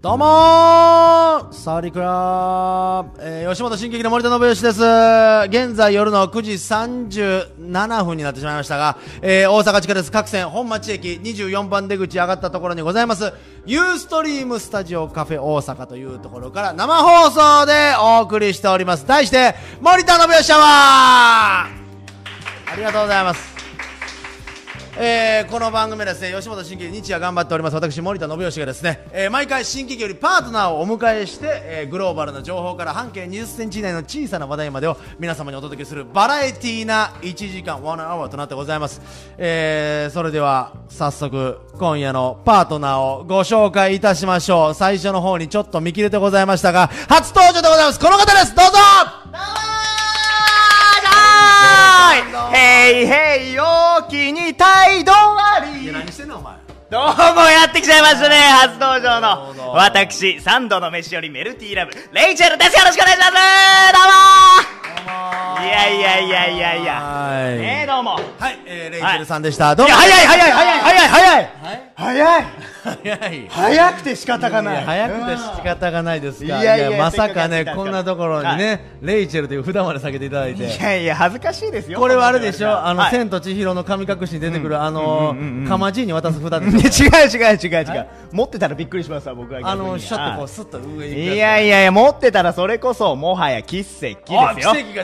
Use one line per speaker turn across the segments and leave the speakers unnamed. どうもーサワディークラブ、えー、吉本新劇の森田信義です。現在夜の9時37分になってしまいましたが、えー、大阪地下鉄各線本町駅24番出口上がったところにございます、ユーストリームスタジオカフェ大阪というところから生放送でお送りしております。題して、森田信義シャワーありがとうございます。えーこの番組はですね吉本新喜劇日夜頑張っております私森田信義がですね、えー毎回新喜劇よりパートナーをお迎えして、えーグローバルな情報から半径2 0センチ以内の小さな話題までを皆様にお届けするバラエティーな1時間1 hour となってございます、えーそれでは早速今夜のパートナーをご紹介いたしましょう最初の方にちょっと見切れてございましたが初登場でございますこの方ですどうぞ
ヘイヘイ陽気に態度あり
何してんのお前
どうもやってきちゃいましたね初登場
なるほど
の私三度の飯よりメルティーラブレイチェルですよろしくお願いしますどうもいやいやいやいやいや
はい
ねえどうも
はい、えー、レイチェルさんでした。どう
い
も。
や早い早い早い早い早い
早い
早い。
早くて仕方がない
早くて仕方がないですから。
いやいや
まさか
せ
ね、
っかくやってきたんですから
こんなところにね、レイチェルという札まで下げていただい
い
て。
やいや恥ずかしいですよ
これはあれでしょあの、
はい
千と千尋の神隠しに出てくる、あのー、かまじいに渡す札で
い
すよ。
や違う違う違う違う持ってたらびっくりしますわ僕は逆に
あの、シャッとこ
は
う、スッと上に行く
いやいやいや持ってたらそれこそもはや奇跡ですよ
あ奇跡が出てき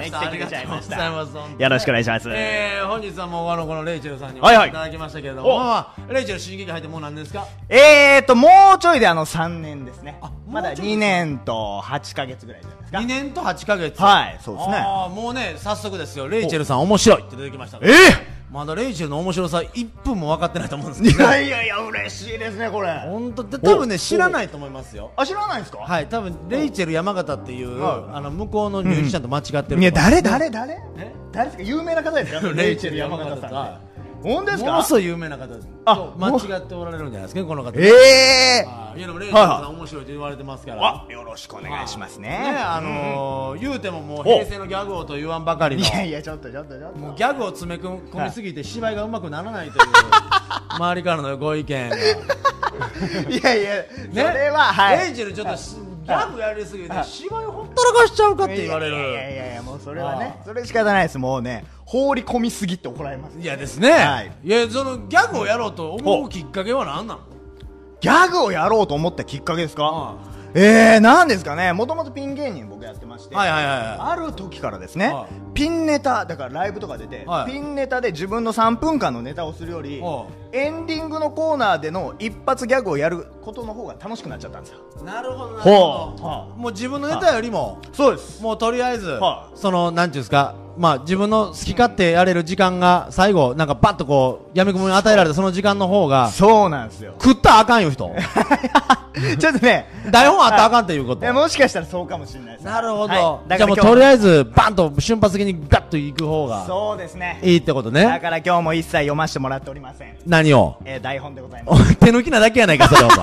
まし
は
た。
い
あ
奇跡
りがと
出ちゃいう
ご
ました
ざいます。本当に
よろしくお願いします、
えー、本日はもうあのこのレイチェルさんにお
はいはい
越しいただきましたけれど
お
も、まあまあレイチェル新劇入ってもう何年ですか
えーと、もうちょいであの3年ですね。ま
も
だ
うちょいです
2年と8ヶ月ぐらいじゃないですか。
?2 年と8ヶ月。
はい、そうですね。
あーもうね、早速ですよ、レイチェルさん面白いって出てきましたから
え
まだレイチェルの面白さ1分も分かってないと思うんですけ
い
ど
やいやいや嬉しいですねこれあ
本当で多分ね知らないと思いますよ
知らないんですか
はい多分レイチェル山形っていう、
はい
あの向こうのミュージシャンと間違ってると思う
いや誰誰誰
え
誰ですか有名な 方ですかレイチェル山形さん
は
って本当で
い
す
もの
か
すごい有名な方です
あ
と間違っておられるんじゃないですかねこの方
ええ
はいいやでもレイチェルさん面白いと言われてますから
あ、よろしくお願いします
ね
ね。
あのー言うてももう平成のギャグ王と言わんばかりの
いやいやちょっとちょっとちょっ
もう
と
ギャグを詰め込みすぎて芝居がうまくならないという周りからのご意見が
いやいやそれはは
レイ
い
ジェルちょっとしギャグやりすぎて芝居ほったらかしちゃうかって言われ
いやい
る
やいやもうそれはね
あ
それ仕方ないですもうね放り込みすぎって怒られます
いやですね、
はい
いやそのギャグをやろうと思うきっかけは何なの
ギャグをやろうと思ったきっかけですか、
う
えー、なんですかね、もともとピン芸人僕やってまして、
はいはいはいは
ある時からですね、
はい
ピンネタ、だからライブとか出て、
はい
ピンネタで自分の3分間のネタをするより
おう、
エンディングのコーナーでの一発ギャグをやることの方が楽しくなっちゃったんですよ。
なるほどな
るほど
もう自分のネタよりも、
そうです。
もうとりあえず、
は
そのなんていうんですかまあ自分の好き勝手やれる時間が最後なんかバッとこうやみくもに与えられたその時間の方が。
そうなんですよ
食ったらあかんいう人
ちょっとね、
台本あったらあかんっていうこと
えもしかしたらそうかもしれないです。
なるほど、
はいだ
じゃ
か
あも
ら
うとり
今日
あえずバンと瞬発的にガッといく方が
そうですね。
いいってこと
だ
ね
から今日も一切読ませてもらっておりません。
何を
えー、台本でございま
お前手抜きなだけやないかそ れお
す。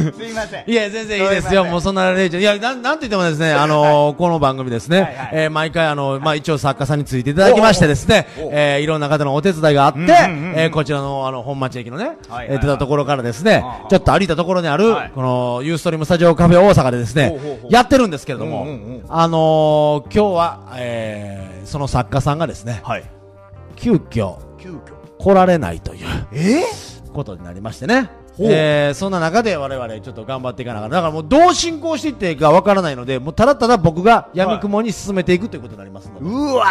前
すいません。
いや全然いいですよ、
すいません
もうそんなレイチェル、いや、なんなんと言ってもですね、あのーこの番組ですね、
はいはい
えー毎回、あのまあ、一応作家さんについていただきましてですね、えーいろんな方のお手伝いがあって、えーこちらの、あの、本町駅のね、
はいはい
えー出たところからですね
あ、あ
ちょっと歩いたところにある
はい、
この、ユーストリームスタジオカフェ大阪でですね
ほうほうほ、う
やってるんですけれども
うんうんうん、
あのー今日は、えーその作家さんがですね、
はい。
急遽
急遽。
来られないという。
え
ことになりましてね。
ほう
えー、そんな中で我々ちょっと頑張っていかながらだからもうどう進行していっていいかわからないのでもうただただ僕がやみくもに進めていくということになりますので、
うわ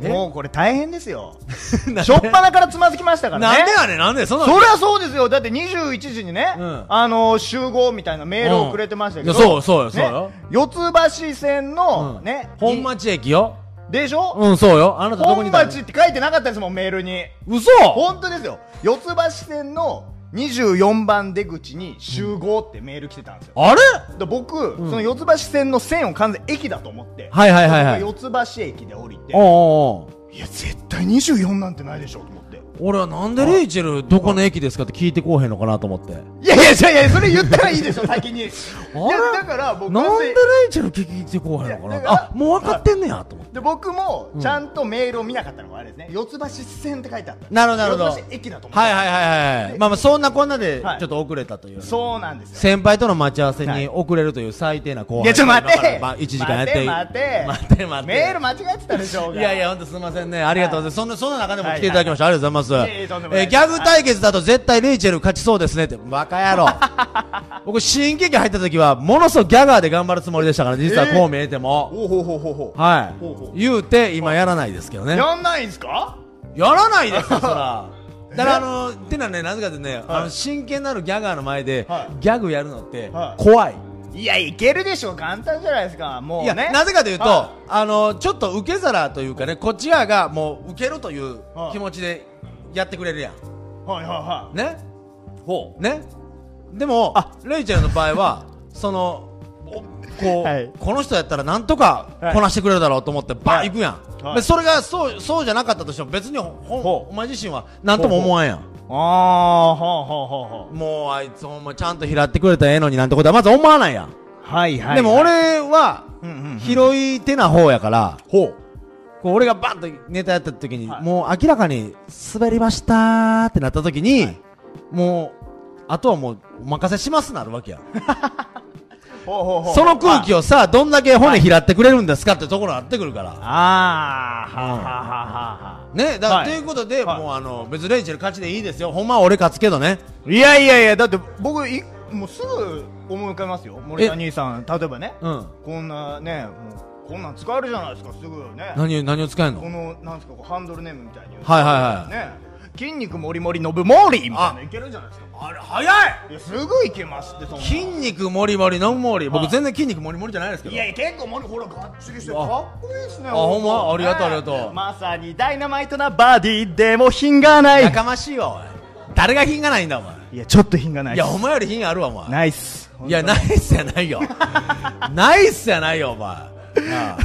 え
ーもうこれ大変ですよ。
なんで
しょっぱなからつまずきましたからね。
なんでやねんなんでそんな
そりゃそうですよ。だって21時にね、
うん
あのー集合みたいなメールをくれてましたけど。
うんいやそうそうよそうよ
ね四つ橋線の、
うん
ね。
本町駅よ
いでしょ、
うんそうよあなたどこに
本
いたの
町って書いてなかったですもん、メールに。
嘘
本当ですよ。四つ橋線の24番出口に集合ってメール来てたんですよ。
あれ
で僕、その四つ橋線の線を完全に駅だと思って。
はいはいはいはい
僕四つ橋駅で降りて。
おうおうおう
いや絶対24なんてないでしょと思って
俺はなんでレイチェルどこの駅ですかって聞いてこうへんのかなと思って
いやいやいやいやそれ言ったらいいでしょ先 にいや
れ
だから僕
なん
完
でレ
成
イチェル聞いてこうへんのか
い
な
やだ
と
から
あもう分かってんねやと思って
で僕もちゃんとメールを見なかったのがあれですね、四つ橋線って書いてあった
なるほどなるほど
四ツ橋駅だと思って
はいはいはいはい
で
まあまあそんなこんなで
はい
ちょっと遅れたという
そうなんですよ
先輩との待ち合わせ
は
に
い
遅れるという最低な後輩
いやちょっと待 って
まあ1時間やって
待て待て
待て待て
メール間違えてたでしょうが
いやいや、本当すみませんね。ありがとうございます。そんな、そんな中でも来ていただきました。ありがとうございます。
いえいえとんでもない
えー、
です
ギャグ対決だと絶対レイチェル勝ちそうですねって。バカ 野郎。僕、新劇入った時は、ものすごくギャガーで頑張るつもりでしたから、実はこう見えても。
おうほうほうほうほう
は
ほうほ
い。言うて、今やらないですけどね。
やんないんすか
やらない ですよ、そら。だからあのー、てのはね、なぜかというとね、あの、真剣なるギャガーの前で
は、い
ギャグやるのって
は、い
怖い。
いやいけるでしょう簡単じゃないですかもう
い
ね
や、なぜかというと、
は
あのちょっと受け皿というかね、こっち側がもう受けるという
はい
気持ちでやってくれるやん。
はいはいは
ねねでも、レイチェルの場合は、その、おこう、
はい
この人やったらなんとか
はい
こなしてくれるだろうと思って、バ
は
ン
い
行くやん。
はい
でそれがそう、そうじゃなかったとしても、別にほほん
ほう
お前自身はなんとも思わんやん。
いああほうほうほうほ
もうあいつほんまちゃんと拾ってくれたらええのになんてことはまず思わないやん。
うはいはい
でも俺は
うんうんうん
拾い手な方やから、
ほう
こう俺がバンとネタやった時に、
はい
もう明らかに滑りましたーってなった時に、もうあとはもうお任せしますなるわけやん
ほうほうほう
その空気
を
をさあどんだけ骨拾ってくれるんですかってところになってくるから
ああははははは
ねだから、
はい
ということで、
はい
もうあの別にレイチェル勝ちでいいですよほんまは俺勝つけどね
いやいやいやだって僕いもうすぐ思い浮かべますよ森田兄さん例えばね
うん
こんなねもうこんなん使えるじゃないですかすぐね
何を何を使えん
こ
の
のなんですかこうハンドルネームみたいに
はいはいはい
ね筋肉もりもりのぶもりみたいないけるじゃないですか
あれ早い
いやすぐいけますってそんな
筋肉もりもりのもり僕
はい
全然筋肉もりもりじゃないですけど
いやいや結構もりほらがっちりして
うわ
かっこいいですねあ
ほんまありがとうありがとう
まさにダイナマイトなバディでも品がない
やかましいわおい誰が品がないんだお前
いやちょっと品がないい
やお前より品あるわお前
ナイス
いや、ナイスやないよ。 ナイスやないよ、お前。なあ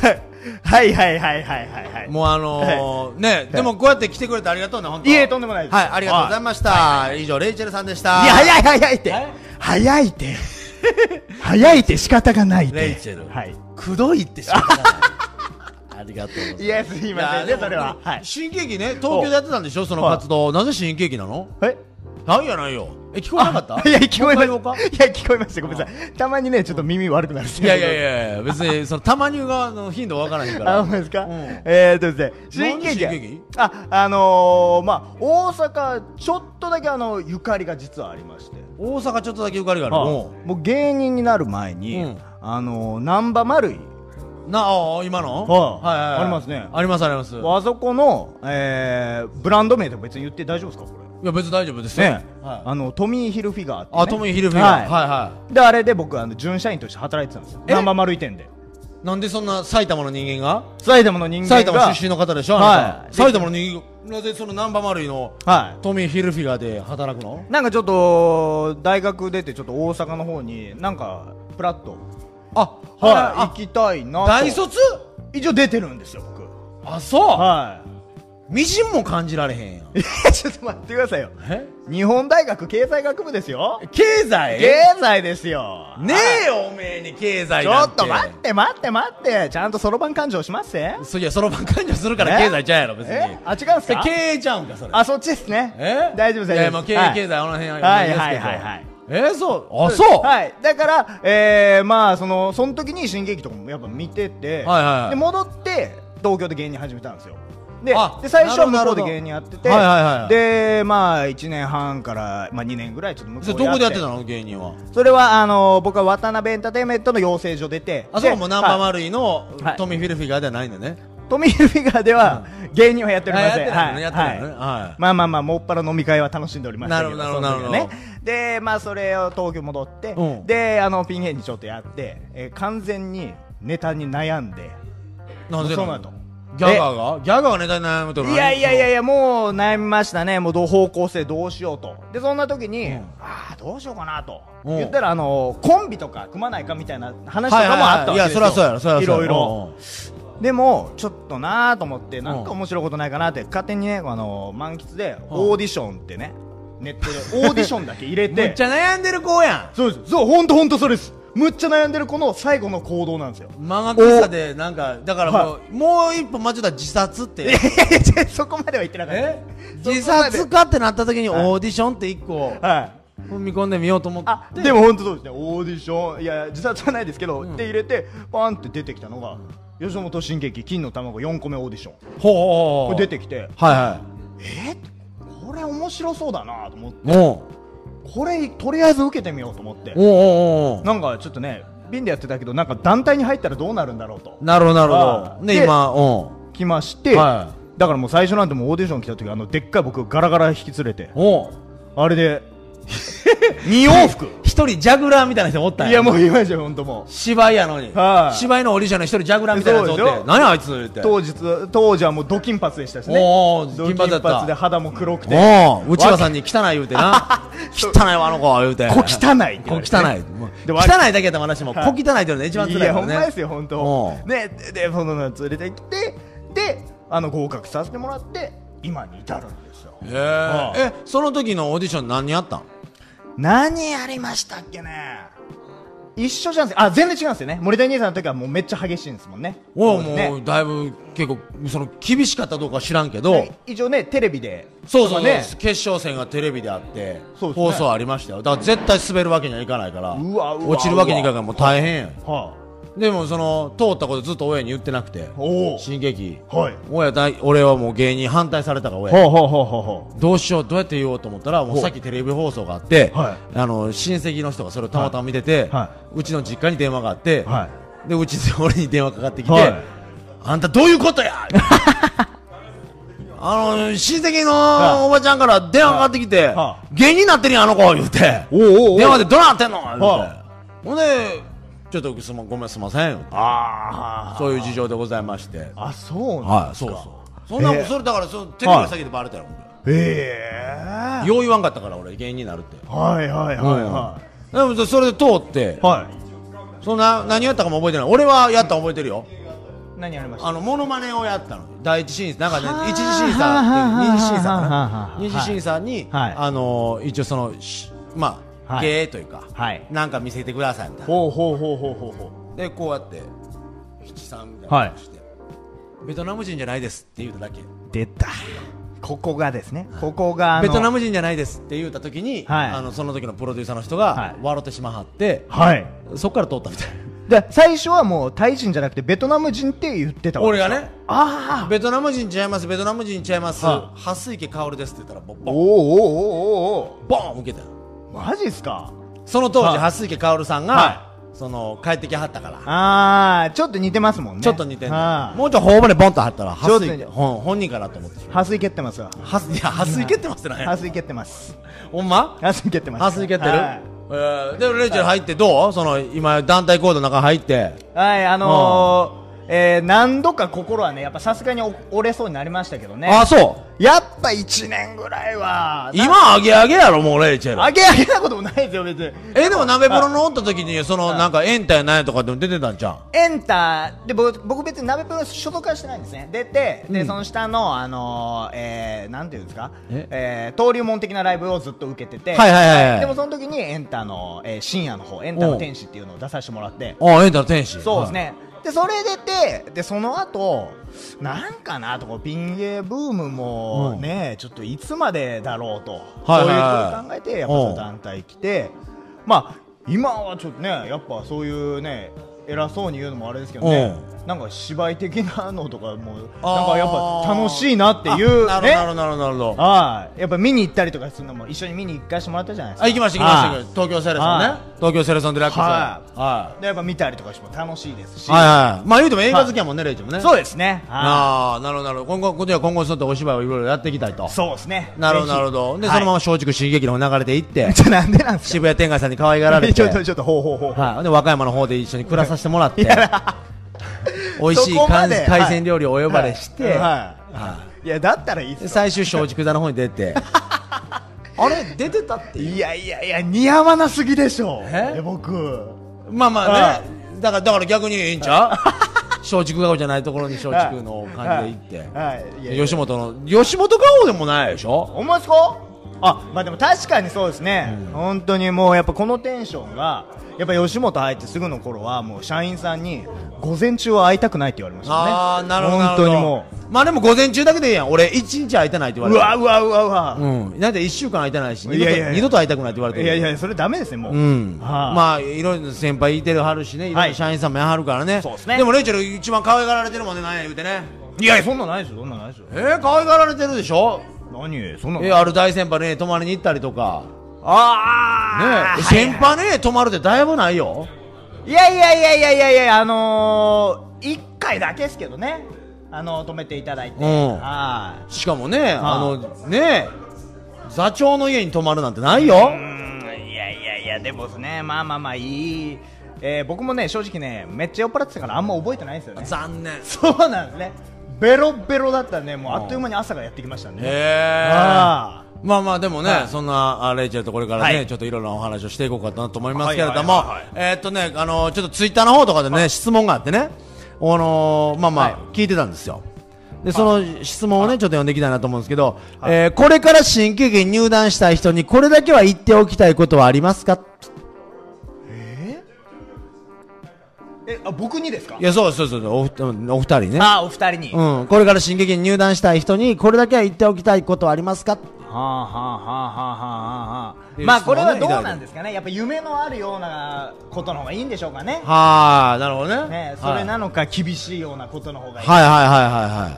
はいはいはいはいはいはい
もうあのー、ね、でもこうやって来てくれてありがとうね、本当
いえとんでもないです
はい、ありがとうございました。以上、レイチェルさんでした。
いや早い早いって
え
早いって早いって仕方がないって
レイチェル
はい
くどいってしか言わないありがとうございます。
いやすいません
いや
ねそれは
でも
はい
新喜劇ね、東京でやってたんでしょ、その活動。なぜ新喜劇なの
え
ないやないよ。え、聞こえなかった
いや聞こえま
もう一回言おうか
したいや聞こえましたごめんなさいたまにねちょっと耳悪くなるんです
い
よ
やいやいやいや、別 に、その、たまにが、あの、頻度わからへんから。
あ、ほんまですか、
うん
えーっとですね、
なんで
新喜劇
新喜劇
あ、あのー、まあ、大阪、ちょっとだけあの、ゆかりが実はありまして。
大阪ちょっとだけゆかりがある。
も
う
う芸人になる前に、
うん
あのー、難波丸い、
んなあ、今の
はいありますね
ありますあります。
あそこの、えー、ブランド名でも別に言って大丈夫ですかこ
いや別に大丈夫です
れ。
よ、
ね、
は
あの、トミー・ヒルフィガーって、
い、
ね。
あトム・ヒルフィガー、
はい。
はい、は
で、あれで僕、あの、準社員として働いてたんですよ。
え
難波丸い店で。
いなんでそんな埼玉の人間が
埼玉の人間が。
埼玉出身の方でしょあなた
はい
埼玉の人間なぜそのナンバーマルイの
はい。
トミー・ヒルフィガーで働くの
なんかちょっと大学出てちょっと大阪の方になんかプラッと、
あ
はい、行
あ
きたいなと
大卒
一応出てるんですよ僕
あそう、
は
みじんも感じられへんやん
いやちょっと待ってくださいよ
え
日本大学経済学部ですよ
経済
経済ですよ
ねえよおめえに経済
ち
な
ょ
ん
っと待って待って待ってちゃんとそろばん勘定しますせ
そいやそろばん勘定するから
え
経済ちゃうやろ別に
えあ違うんす
それ
か
経営ちゃうんかそれ
あそっちですね
え
大丈夫です大丈夫です
いやまあ経
は
営
い
経済あの辺は
はい
ですけど
はいはいはい
えー、そうあそう、
はい、だから、えー、まあそのその時に新喜劇とかもやっぱ見てて、
はいはいはい
で戻って東京で芸人始めたんですよで
あ
で最初は向
なる
こ
ほ
う
ど
で芸人やってて、
はいはいはい
でまあ1年半から、まあ、2年ぐらいちょっと向こう
それどこでやってたの芸人は
それはあの僕は渡辺エンターテインメントの養成所出て
あそこ
で
もナンバー
は
マルイの
はい
トミー・フィルフィガーではないんだね、
いトミー・フィガーでは芸人はやっておりませ
あ
ん
やってないのねやってないのね
は
はい
まあまあまあもっぱら飲み会は楽しんでおりましたけど
なるほどなるほど
その時はねでまあそれを東京戻って、
うん
であのピン芸人ちょっとやって、えー完全にネタに悩んで
なんで
そうなの
ギャガーがギャガーがネタに悩むと
いやいやいや
や
いやもう悩みましたねもうどう方向性どうしようとでそんな時に、
うん
ああどうしようかなと、
うん
言ったらあのコンビとか組まないかみたいな話とかもあったわけです
いやそ
よ、
りゃそうやろそりゃそうやろ
いろいろ、
う
でもちょっとなーと思ってなんか面白いことないかなって勝手にねあの満喫でオーディションってねネット でオーディションだけ入れ
めってちゃ悩んでる子や
そうですそう本当本当そうですむっちゃ悩んでる子の最後の行動なんですよ
ん漫画喫茶でなんかだからもう、もう一歩間違ったら自殺って
いやいやいや そこまでは言ってなかった
え
そこまで
自殺かってなった時にオ
い
ーディションって一個
はい
踏み込んでみようと思
あ
って
でも本当そうですねオーディションいや自殺はないですけど、って入れてパンって出てきたのが吉本新喜劇金の卵4個目オーディション
ほうほうほう
これ出てきて
はいは
えこれ面白そうだなと思って
いおう
これとりあえず受けてみようと思って
おうおうおう
なんかちょっとね瓶でやってたけどなんか団体に入ったらどうなるんだろうと
なるほどなるほ
は
ど
い
ね
で
今お
来まして、
は
だからもう最初なんてもうオーディション来た時あのでっかい僕ガラガラ引き連れて
おう
あれで2往復
一人ジャグラーみたいな人おったん
いやもう言いましたよ本当もう
芝居やのに
はい
芝居のオーディションの一人ジャグラーみたいなやつおっ
そうでしてょ
何やあいつ言って
当日当時はもうド金髪でしたしね
おー
ド
金髪だった
金髪で肌も黒くて
おう内場さんに汚い言うてな汚いわあの子言 うて
小汚いって言
小汚
われ
い
てね
もう
で
汚
わ
いだけやったらまだしも
はい
小汚いって言うのが一番辛い
いや
か
ほんま
ら
で
ね
すよ本
お
当
う
ねででその連れてきてであの合格させてもらって今に至るんですよ
へえ
ああ
えその時のオーディション何やったん
何やりましたっけね一緒じゃんすあ全然違うんですよね森田兄さんの時はもうめっちゃ激しいんですもんね
おう
そうです
もう
ね
だいぶ結構その厳しかったどうかは知らんけど
で一応ねテレビで
そうそうそう
ね
決勝戦がテレビであって
そうですね
放送ありましたよだから絶対滑るわけにはいかないから
うわうわ
落ちるわけにいかないからもう大変やん
は
でもその通ったことずっと親に言ってなくて
あ、おお
新劇
はい
親だ俺はもう芸人反対されたから親
ほうほうほうほうほう
どうしようどうやって言おうと思ったらもう
ほう
さっきテレビ放送があって、
は
あの親戚の人がそれをたまたま見てて、
は
うちの実家に電話があって、
は
でうちで 俺に電話かかってきて、
はい
あんたどういうことや あの親戚のおばちゃんから電話かかってきて、
いは
芸人になってるやんあの子言うて
おうおうおう
電話でどうなってんの言うて、
は
ほんでちょっとすまごめんすいません言うて
ああ
そういう事情でございまして
あそうなん
はい
です
そう
か
そうそんなもん
へえ
それだからそのテレビの先でバレたよ、
ええ
よう言わんかったから俺芸人になるって
はいはいはいは
でもそそれで通って
いは
そんな何やったかも覚えてない俺はやったの覚えてるよ
い何やりまし
あのモノマネをやったの第一審査なんかね
はあ
一次審査っていう二次審査か
はあ
な
はあ
二次審査に、
はい
あのー一応そのしまあ、
はい
芸というか、
はい
なんか見せてくださいみたいな
ほうほうほうほうほうほう
でこうやって七三みたいなことして、ベトナム人じゃないですって言うただけ
出たここがですねここがあの
ベトナム人じゃないですって言うた時に、
はい
あのその時のプロデューサーの人
は
が
い
笑ってしまはって、
はい
そっから通ったみたいな
で最初はもうタイ人じゃなくてベトナム人って言ってたわけ
俺
です
が
よ
ね
ああ
ベトナム人ちゃいますベトナム人ちゃいます
は
蓮池薫ですって言ったらボン
お
ボ
お
ン
おおお
ボン受けたよ
おマジっすか
その当
は
時
い
蓮池薫さんが、
は
その帰ってきはったから
ああちょっと似てますもんね
ちょっと似てんの
は
もうちょい頬骨ボンと張ったら
ちょっと
蓮池ほん本人かなと思ってしまう
いハスイ蹴ってますわ
蓮いや蓮池ってますね
ハスイ蹴ってます
ほんま
ハスイ蹴ってます
蓮池ってる、
はい
えーでレイチェル入ってどう、その今団体コードの中入って
はい、あのーえー何度か心はね、やっぱさすがにお折れそうになりましたけどね。
あそう
やっぱ1年ぐらいは、な
今上げ上げやろもうレイチェル
あげあげなこともないですよ、別に。
えでも鍋プロのおった時にそのなんかエンタやなんやとかでも出てたんじゃん
エンターで僕僕別に鍋プロ所属はしてないんですね出て、でその下の、あのーえーなんていうんですか
え
えー登竜門的なライブをずっと受けてて、
はいはいはいはい
でもその時にエンターの、えー深夜の方エンターの天使っていうのを出させてもらって
あエンタの天使
そうですね、でそれ出てでその後なんかなとこうピン芸ブームも
うん
ね、ちょっといつまでだろうと、
はいはい
そういうことを考えてやっぱその団体来て、まあ今はちょっとねやっぱそういうね偉そうに言うのもあれですけどね、なんか芝居的なのとかもなんかやっぱ楽しいなっていう
あ
ね
なるほどなるほどなるほど
はいやっぱ見に行ったりとかするのも一緒に見に行かせてもらったじゃないですか
あ行きました行きました行
はい
きました東京セレソンね
はい
東京セレソンデラックス
はい
は
でやっぱ見たりとかしても楽しいですし、
いはいはいまあ言うても映画好きやもんねレイちゃんもね
そう
う
ですねはい
ああなるほどなるほど今後じゃあ今後そうやってお芝居をいろいろやっていきたいと
そうですね。
なるほどなるほどでそのまま
ま。
松竹新劇の方流れてい って
じゃなんでなんです
渋谷天外さんに可愛がら
か。
れ
ち
て
ょっとちょっとほうほうほう。
はいで和歌山の方で一緒に暮らさせてもらって美味しい
そこまで
海海鮮料理をお呼ばれして、
はい
は
はい。いやだ ったらいいっ
です
よ。
最終松竹座の方に出 てあれ出てたって
いやいやいや似合わなすぎでしょ。
え
いや僕。
まあまあねだからだから逆にいいんちゃう松竹顔じゃないところに松竹の感じで行って、
はいはいいやいや
吉本の吉本顔でもないでしょ
思いますかあまあでも確かにそうですね、本当にもうやっぱこのテンションがやっぱ吉本入ってすぐの頃はもう社員さんに午前中は会いたくないって言われましたね
ああなるほどなる
本
ほど
当にも
まあでも午前中だけでいいやん俺一日空いてないって言
う
わ
う
れて
わうわうわうわ、
うんなんで一週間空いてないし二度
い
と
やいやいや
二度と会いたくないって言われて
い
る
やいやそれダメですねもう、
うん
はい
まあいろいろ先輩いてるはるしねいろいろ社員さんもやはるからね、
そうっすね
でもレイチェル一番可愛がられてるもんねなんや言うてね
いやいやそんなんないですよそんなんないですよ
えー、可愛がられてるでしょ
何そんなん
えある大先輩ね泊まりに行ったりとかね
あ
え
あ
先輩ね泊まるってだいぶないよ
いやいやいやいやいやいやあのー、1回だけですけどねあの止めていただいて、
うん
は
しかもねあのねえ座長の家に泊まるなんてないよ
いうんいやいやいやでもですねまあまあまあいい、えー、僕もね正直ねめっちゃ酔っ払ってたからあんま覚えてないんです よね
残念
そうなんですねベロベロだったんでもうあっという間に朝がやってきましたね、
へえ
あー
まあまあでもね、
はい
そんなあレイチェルとこれからね、
はい
ちょっといろいろなお話をしていこうかなと思いますけれども、
はいはいはい
えーっとねあのちょっとツイッターの方とかでね、質問があってね、あのーまあまあ、聞いてたんですよ。でその質問をねちょっと読んでいきたいなと思うんですけど、えーこれから新喜劇に入団したい人にこれだけは言っておきたいことはありますか
えあ僕にですか
いやそうそうそうお二お二人ね
ああお二人に、は
うんこれから新喜劇に入団したい人にこれだけは言っておきたいことはありますか
あはあはあはあはあはあ
で
まあこれは
質問
どう
ね
なんですかねやっぱ夢のあるようなことの方がいいんでしょうかね
はあなるほどね
ね、それ
はい
なのか厳しいようなことの方がいい、
はいはいはいはい、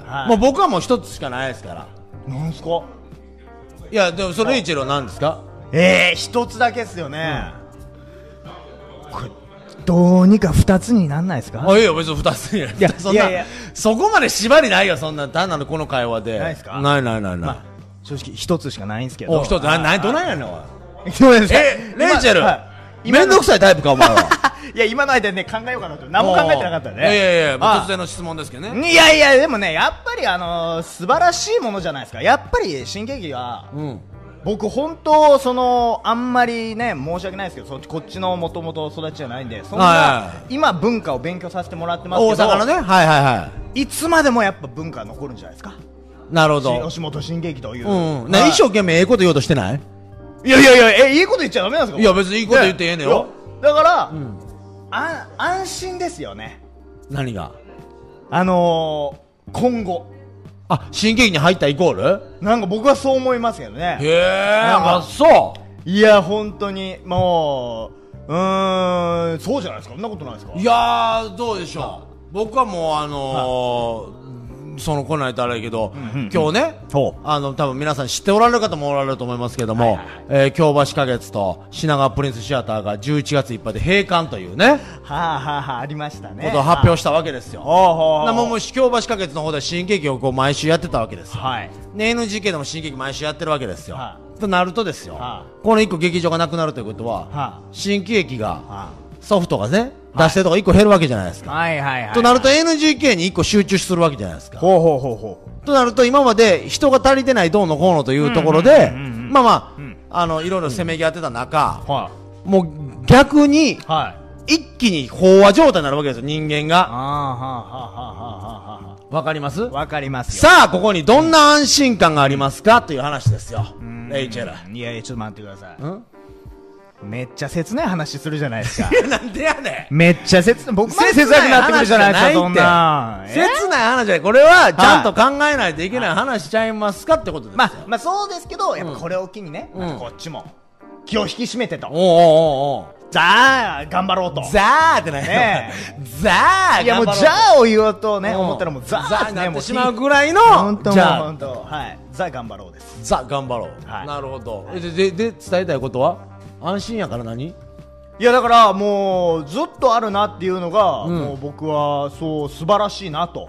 は、
はいい
もう僕はもう一つしかないですから
なんすか
いやでもそれレイチェルは何ですか
ええー、一つだけっすよね、これどうにか二つになんないですか
あいやいや別に二つやい
や
そんない
やいや
そこまで縛りないよそんな単なるこの会話で
ないっすか
ないないないない、
まあ正直一つしかないんですけど
お一つな
あ
などないやねんおい
ごめんなさい
えレイチェル、
今は
めんどくさいタイプかお前 は
いいや今の間ね考えようかなと何も考えてなかったね
いやいやいや
あ
突然の質問ですけどね
いやいやでもねやっぱりあのー素晴らしいものじゃないですかやっぱり新喜劇は
うん
僕本当そのあんまりね申し訳ないですけどそっちこっちのもともと育ちじゃないんでそんな、
はいはいは
今文化を勉強させてもらってますけ
大
ど
阪のねはいはいはい
つまでもやっぱ文化は残るんじゃないですか
いなるほ
し
ど
吉本新喜劇という、
うん、
は
ない一生懸命ええこと言おうとしてない
いやいやいやえいいこと言っちゃダメなんですか
いや別にいいこと言ってええねんよ
いやだから、
ん
あ安心ですよね
何が
あのー、今後
あ新喜劇に入ったイコール
なんか僕はそう思いますけどね
へえ
なんか
あそう
いや本当にもううーんそうじゃないですかそんなことないですか
いやーどうでしょう僕はもうあのー、そのこないとあれやけど、
うんうん
今日ね
ほ
あの多分皆さん知っておられる方もおられると思いますけども、えー京橋花月と品川プリンスシアターが11月いっぱいで閉館というね
はあはあはあありましたね
ことを発表したわけです
お
よ、
おほう
なもうもう京橋花月の方で新喜劇をこう毎週やってたわけですよ、
はい
ね NGK でも新喜劇毎週やってるわけですよ、
は
となるとですよ、
は
この1個劇場がなくなるということは、
は
新喜劇が
は
ソフトがね出してるとか1個減るわけじゃないですか、
はいはいはい
となると NGK に一個集中するわけじゃないですか。
ほうほうほうほう
となると今まで人が足りてないどうのこうのというところで、まあま
うん
あ、あの、いろいろせめぎ合ってた中、
は
もう逆に
いはい
一気に飽和状態になるわけですよ、人間
あ
が。
あはあはあはあはあは
わかります
あわかりますよ
さあ、ここにどんな安心感がありますかという話ですよ。レイチェル。
いやいやちょっと待ってくださ
ん
いめっちゃ切ない話するじゃないですか
なんでやね
めっちゃ切ない僕まで
切
切
な。
ないくなってくるじゃないですかそんなんえ
切ない話で、これはちゃんと考えないといけない話しちゃいますかってことですよ。
まあまあそうですけどやっぱこれを機にねまたこっちも気を引き締めてと
おうおうおうおう
ざあ頑張ろうと
ザーってない
ね
ザー
いやもう
頑張ろ
じゃあを言おうとね
うん
思ったらもうザ
ザー
ーです
に
ね
なっ
も
て
う
しまうぐらいの
本当
じ
もう
ゃあ
本当はいザ頑張ろうです
ザ頑張ろう、
はい
なるほどえででで伝えたいことは安心やから何
いやだからもうずっとあるなっていうのが、
ん
もう僕はそう素晴らしいなと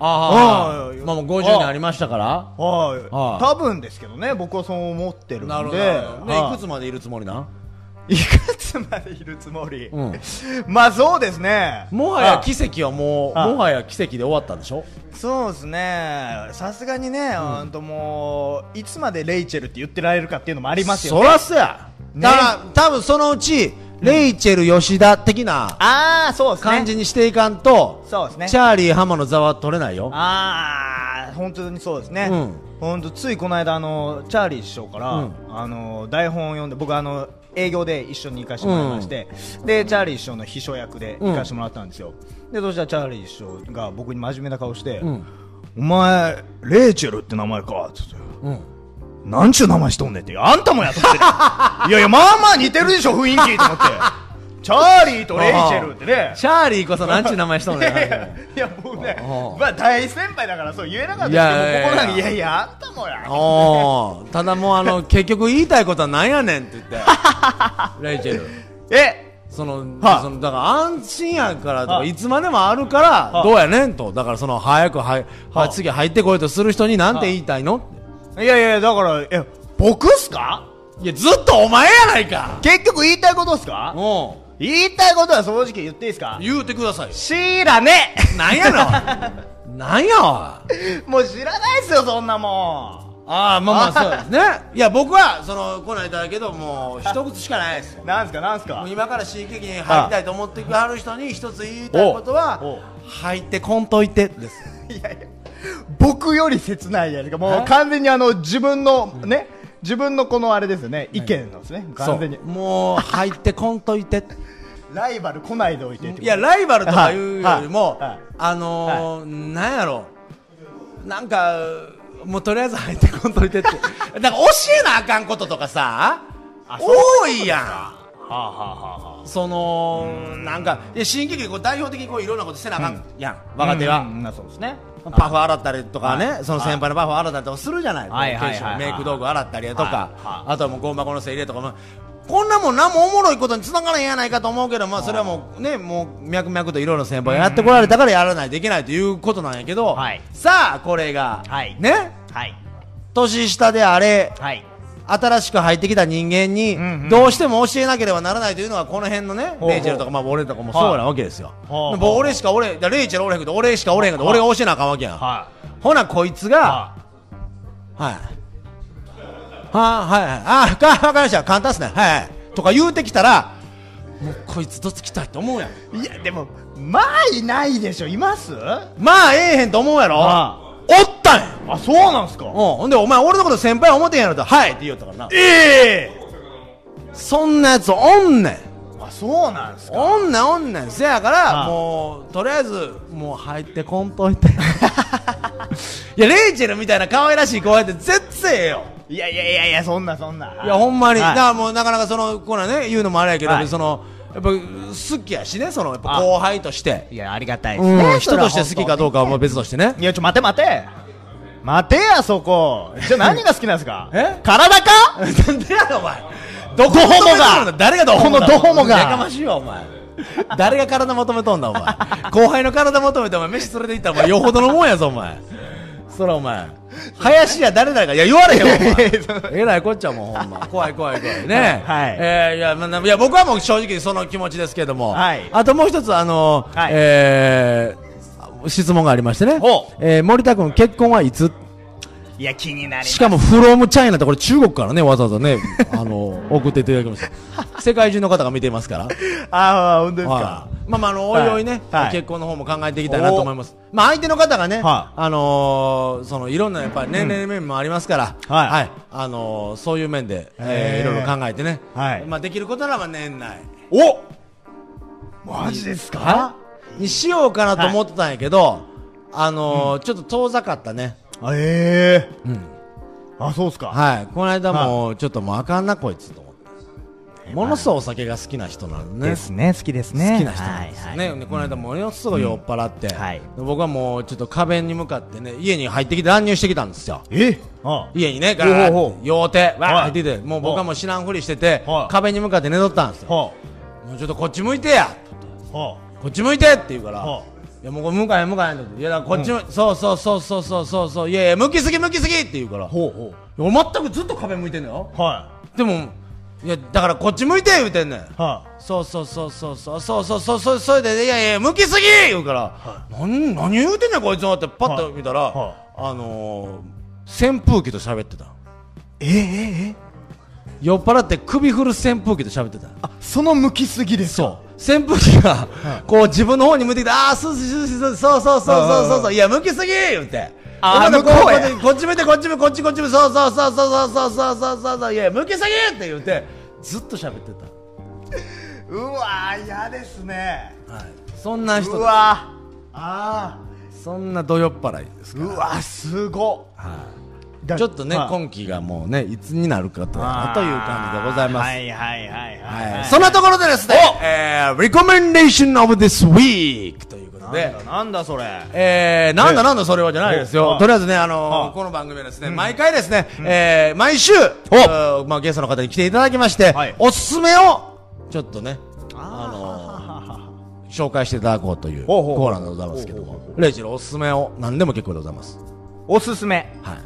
あ
あー
まあもう50年ありましたから
はい
はい
多分ですけどね僕はそう思ってるんで
なるほどね
はい
くつまでいるつもりなん
いくつまでいるつもり、
うん
まあそうですね
もはや
はい
奇跡はもう
はい
もはや奇跡で終わったんでしょ
そうですねさすがにね、ほんともういつまでレイチェルって言ってられるかっていうのもありますよ
そらそや
ね
だから多分そのうちレイチェル吉田的な
ああそうですね
感じにしていかんと、
そうですね
チャーリー浜の座は取れないよ
ああ本当にそうですね、
うん
本当ついこの間あのチャーリー師匠から、
うん
あの台本を読んで僕あの営業で一緒に行かせてもらいまして、でチャーリー師匠の秘書役で行かせてもらったんですよ、でそしたらチャーリー師匠が僕に真面目な顔して「
ん
お前レイチェルって名前か」っつって。
うん
なんちゅう名前しとんねんって、あんたもや っとってねいやいや、まあまあ似てるでしょ、雰囲気と思って。チャーリーとレイチェルっ てね。
チャーリーこそなんちゅう名前しとん
い
ねん
やい
な
やいや僕ね
ああ
まあ大先輩だからそう言えなかった
いやいやい
で
や
すけどここなんかいやいやあんたもや
おーただもうあ の結局言いたいことはなんやねんって言ってレイチェル
え
その,、
はい
そのだから安心やからとか、、
はい
つまでもあるから、
はい
どうやねんとだからその早くはい、は
はい
次入ってこいとする人になんて言いたいの、
いやいやだからえ僕っすか
い、やずっとお前やないか
結局言いたいことっすか
お
言いたいことは正直言っていいですか
言うてくださいよ
知らね
なんやなおい なんやわ
えもう知らないっすよそんなも
ああまあまあそうですねいや僕はその来ないだけどもう一口しかないですよ
んなんすかなんす
も
か
う今から新喜劇に入りたいと思ってくはる人に一つ言いたいこと
おう
は入ってこんといてです
いやいや僕より切ないじゃないですかも
え
う完全にあの自分のね自分のこのあれですよね意見なんですね完全に
そうもう入ってこんとい て
ライバル来ないでおいてってこと
いやライバルとかいうよりも、
はいはいはい
あのーなんやろなんかもうとりあえず入ってこんといてって なんか教えなあかんこととかさ
あそう
多いやん
はあはあはあはあ
そのなんかいや新喜劇こう代表的にこういろんなことせなあかん、やん若手は、
うんうんうんそうですね
パフ洗ったりとかね、
はい
その先輩のパフ洗ったりとかするじゃない、
はいはいは
こ
い
う
はい
メイク道具洗ったりやとか、
はいはい
あとはもうゴミ箱の整理やとかもこんなもん何もおもろいことにつながらんやないかと思うけど、まあ、それはもうねもう脈々といろいろ先輩がやってこられたからやらないといけないということなんやけど、
はい
さあこれが、
はい
ね
はい
年下であれ
はい
新しく入ってきた人間に
うんうん
どうしても教えなければならないというのはこの辺のね
ほうほう
レイチェルとかまあ俺とかもそうなわけですよ
ほうほう
でも俺しか俺だからレイチェルおれへんけど俺しかおれへんけど
は
俺
い
が教えなあかんわけやん
は
ほなこいつ
い
が
は
はいはあはいはいあか分かりました簡単っすねはいはいとか言うてきたらもうこいつどつきたいと思うやん
いいやでもまあいないでしょいますあ
まあええへんと思うやろ
あ
おったんやうん
そうなんすか
ほんでお前俺のこと先輩思ってへんやろとはいって言うたからな
ええ
そんなやつおんねん
あそうなんすか
おんねんおんねんせやから
ああ
もうとりあえずもう入ってこんとい ていやレイチェルみたいな可愛らしい子やって絶対ええよ
いやいやいやいやそんなそんない
いやほんまに、
は
だ
い
からもうなかなかそのこんなんね言うのもあれやけど、
はい
そのやっぱ好きやしねそのやっぱ
あ
後輩として、
いやありがたいですね
うん、人として好きかどう
か
かはまあ別としてね
いやちょ待て待て待てやそこじゃあ何が好きなんですか
え
体か
なんでやろお前どこ
ドホモ
求
が
めとるんだ誰がドホモだ
このドホモが
やかましいわお前誰が体求めとんだお前後輩の体求めてお前飯連れて行ったらお前よほどのもんやぞお前そらお前林や誰だかいや言われへんわお 前えらいこっちゃもうほんま怖い怖い怖いね
はい
えーいやまあないや僕はもう正直その気持ちですけども
はい
あともう一つあの
はい
えー質問がありましてね
ほう
えー森田君結婚はいつ
いや気になります
しかも、フロームチャイナってこれ中国からね、わざわざね、 あの、送っていただきました。世界中の方が見ていますから。
ああ本当ですか
はいまあまあ、あの、おいおいね、
はいはい
結婚の方も考えていきたいなと思います。まあ、相手の方がね、
は
あのーその、いろんな、やっぱり年齢面もありますから、
はい
あのーそういう面で、え
へ
ー
ー
いろいろ考えてね、
はい
まあ、できることならば年内。
おマジですか
にしようかなと思ってたんやけど、あのーちょっと遠ざかったね。
あええあそうっすか
はい、この間もちょっともうあかんなこいつと思って、ものすごいお酒が好きな人なのね。
ですね、好きです
好
ね。
きな人なんですよね、でこの間ものすごい酔っ払って、
はい
で僕はもうちょっと壁に向かってね家に入ってきて乱入してきたんですよ
えあ
家にねガラ
ほうほう
ッ
ほ
酔うてわー
はい
入ってきてもう僕はもう知らんふりしてて、
はい
壁に向かって寝とったんですよ、
は
もうちょっとこっち向いてや
あ、は
こっち向いてって言うから、
はい
やもうこれ向かへん向かへんっていやだからこっち向い、そうそうそうそうそうそうそういやいや向きすぎ向きすぎって言うから
あ、ほうほ
いや全くずっと壁向いてんのよ
う。は
でもいやだからこっち向いて言うてんねん
い。は
そうそうそうそうそうそうそうそうそうそれでいやいや向きすぎ言うから、何何言うてんねんこいつはってパッと見たら、
は
あのー、扇風機と喋ってた
い。ええええ
酔っ払って首振る扇風機と喋ってた
あその向きすぎですか
そう扇風機がこう自分の方に向いてきてああ涼しい涼しい涼しいそうそうそうそうそうそういや向きすぎ言って
あー
お前
向こうや
ここっち向いてこっち向いてこっちこっち向いてそうそうそうそうそうそうそうそうそういや向きすぎって言ってずっと喋って
うわー嫌ですね
た、はい、そんな人
うわーあ
そんなど酔っ払いです
ーうわーすごっだ
ちょっとね、
はい
今期がもうねいつになるかとなという感じでございます、
はいはいはいはい、
はい、そんなところでですね、えー、Recommendation of this week ということで
なんだなんだそれ
えー、なんだなんだそれはじゃないですよ、
え
とりあえずね、あのー
はい
この番組はですね、毎回ですね、えー、毎週、あーまあ、ゲストの方に来ていただきまして、
はい
おすすめをちょっとね、あのー
あ
紹介していただこうという
ほうほう
コーナーでございますけど
ほうほう
も
ほ、
レイジのおすすめを何でも結構でございます。
のおすすめ
はい、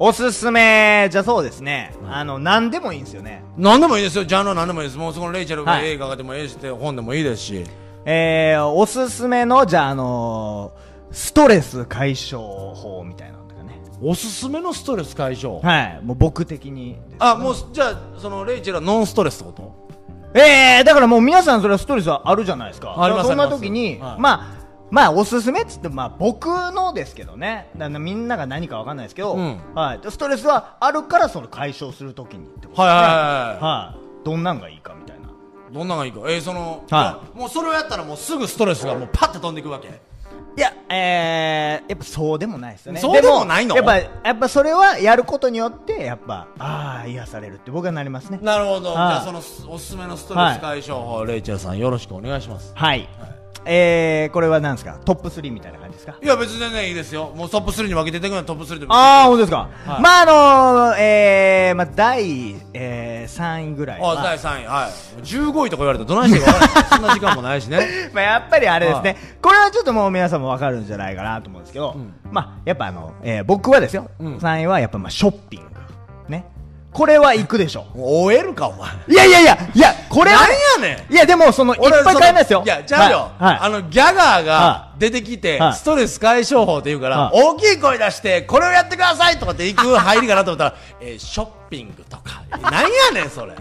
おすすめじゃそうですね、あの何でもいいんですよね
何でもいいですよ、ジャンルは何でもいいです、もうそこのレイチェルが
はい
映画でもいいし、本でもいいですし、
えー、おすすめのじゃああのー、ストレス解消法みたいなのとかね
おすすめのストレス解消、
はいもう僕的にです
あもうじゃあ、そのレイチェルはノンストレスってこと
ええだからもう皆さんそれはストレスはあるじゃないですか
あります
だからそん
ありま
な
す
時に
はい
まあまあおすすめっつってまあ僕のですけどねだからみんなが何かわかんないですけど、
うん
はい、ストレスはあるからその解消する時にってこと
はいはいはいはい
はいどんなんがいいかみたいな
どんなのがいいかえー、その、
は
もうそれをやったらもうすぐストレスがもうパッて飛んでいくわけ
いやえー、やっぱそうでもないですよね
そうでもないの
やっぱやっぱそれはやることによってやっぱああ癒されるって僕はなりますね
なるほど、
はい
じゃあそのおすすめのストレス解消法、レイチェルさんよろしくお願いします
はい、えー、これは何ですかトップ3みたいな感じですか
いや別に全然いいですよもうトップ3に分けていくのはトップ3でもいい
ああ、本当ですか。
はい
まあ、あのー、えー、まあ、第、えー、3位ぐらいは。
あ第3位はい15位とか言われたらどないしていいか分からないそんな時間もないし ね
まあ、やっぱりあれですね、
は
これはちょっともう皆さんもわかるんじゃないかなと思うんですけど、
ん
まあ、やっぱあの、えー、僕はですよ、
うん。
3位はやっぱまあ、ショッピング。ね。これは行くでしょ
終えるかお前
いやいやいや、いや、これは、
なんやねん
いや、でも、その、いっぱい買えないですよ。
いや、ちゃうよ、
はい。は
あ
い
の、ギャガーが
は
出てきて、
はい
ストレス解消法って言うから、
はい
大きい声出して、これをやってくださいとかって行く入りかなと思ったら、えーショッピングとか、えなんやねん、それ。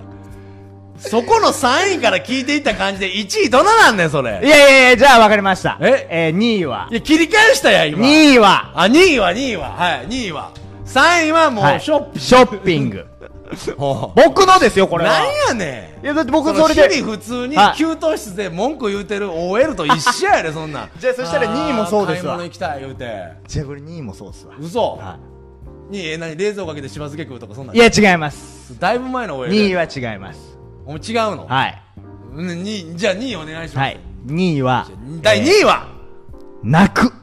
そこの3位から聞いていった感じで、1位どななんねん、それ。
いやいやいや、じゃあわかりました。
え、
えー、2位はい
や、切り返したやん、今。
2位は、
あ、2位は、2位は、はい、2位は。3位はも
は
う、
い
ショッピン
ショッピング。
グ。ほ
僕のですよ、こ
う
れは。
なんやねん。
いや、だって僕
そ
そ
の
れ
日
で。
々普通に
はい
給湯室で文句言うてる OL と一緒やで、そんなん。
じゃあそしたら2位もそうですわ
あー買い物行きたい言うて。
じゃあこれ2位もそうっすわ。
嘘
は
にえ何冷蔵かけてしば漬け食うとかそんなん
い、いや違います
だいぶ前の OL
2位
は
は違います
お前違うの
はい
うん二位じゃあ2位お願いします、
はい2位は
第2
えー
位は
泣く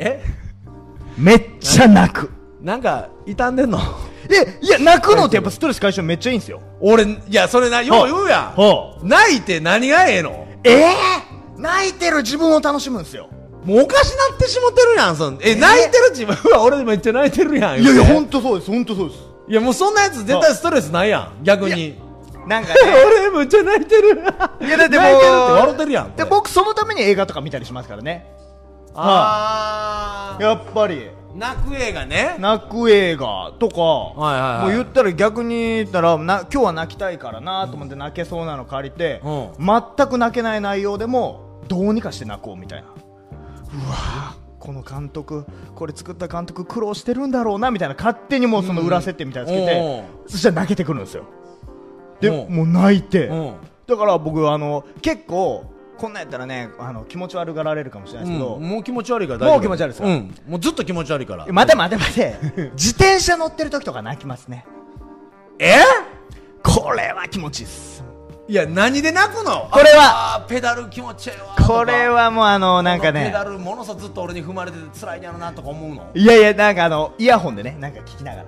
え
めっちゃ泣く
なんか傷んでんの
えいや泣くのってやっぱストレス解消めっちゃいいんですよ
俺いやそれなよう言うや
ほ
ん泣いて何がええの
ええ泣いてる自分を楽しむんですよ
もうおかしなってしもてるやんそんえ泣いてる自分は俺めっちゃ泣いてるやん
いやいや
言う
本当そうです本当そうです
ていやもうそんなやつ絶対ストレスないやん逆に
なんか
俺めっちゃ泣いてる
いやだっても
泣
う
いてるって笑ってるやんこ
で
れ
僕そのために映画とか見たりしますからね
ああ
やっぱり
泣く映画ね
泣く映画とか、
いはいはい
もう言ったら逆に言ったらな今日は泣きたいからなと思って泣けそうなの借りて、
うん
全く泣けない内容でもどうにかして泣こうみたいなうわぁこの監督これ作った監督苦労してるんだろうなみたいな勝手にもうその裏設定みたいなのつけて、
う
そしたら泣けてくるんですよで、
うん
もう泣いて、
うん
だから僕あの結構こんなんやったらねあの気持ち悪がられるかもしれないですけど、
うんもう気持ち悪いから大丈夫
もう気持ち悪いですか
うんもうずっと気持ち悪いから
待て待て待て自転車乗ってる時とか泣きますね
え
これは気持ちいいっす
いや何で泣くの
これは
あーペダル気持ちええわ
これはもうあの
とか
なんか
このペ
ね
ダルものさずっと俺に踏まれてて辛いやろなとか思うの
いやいやなんかあのイヤホンでねなんか聞きなが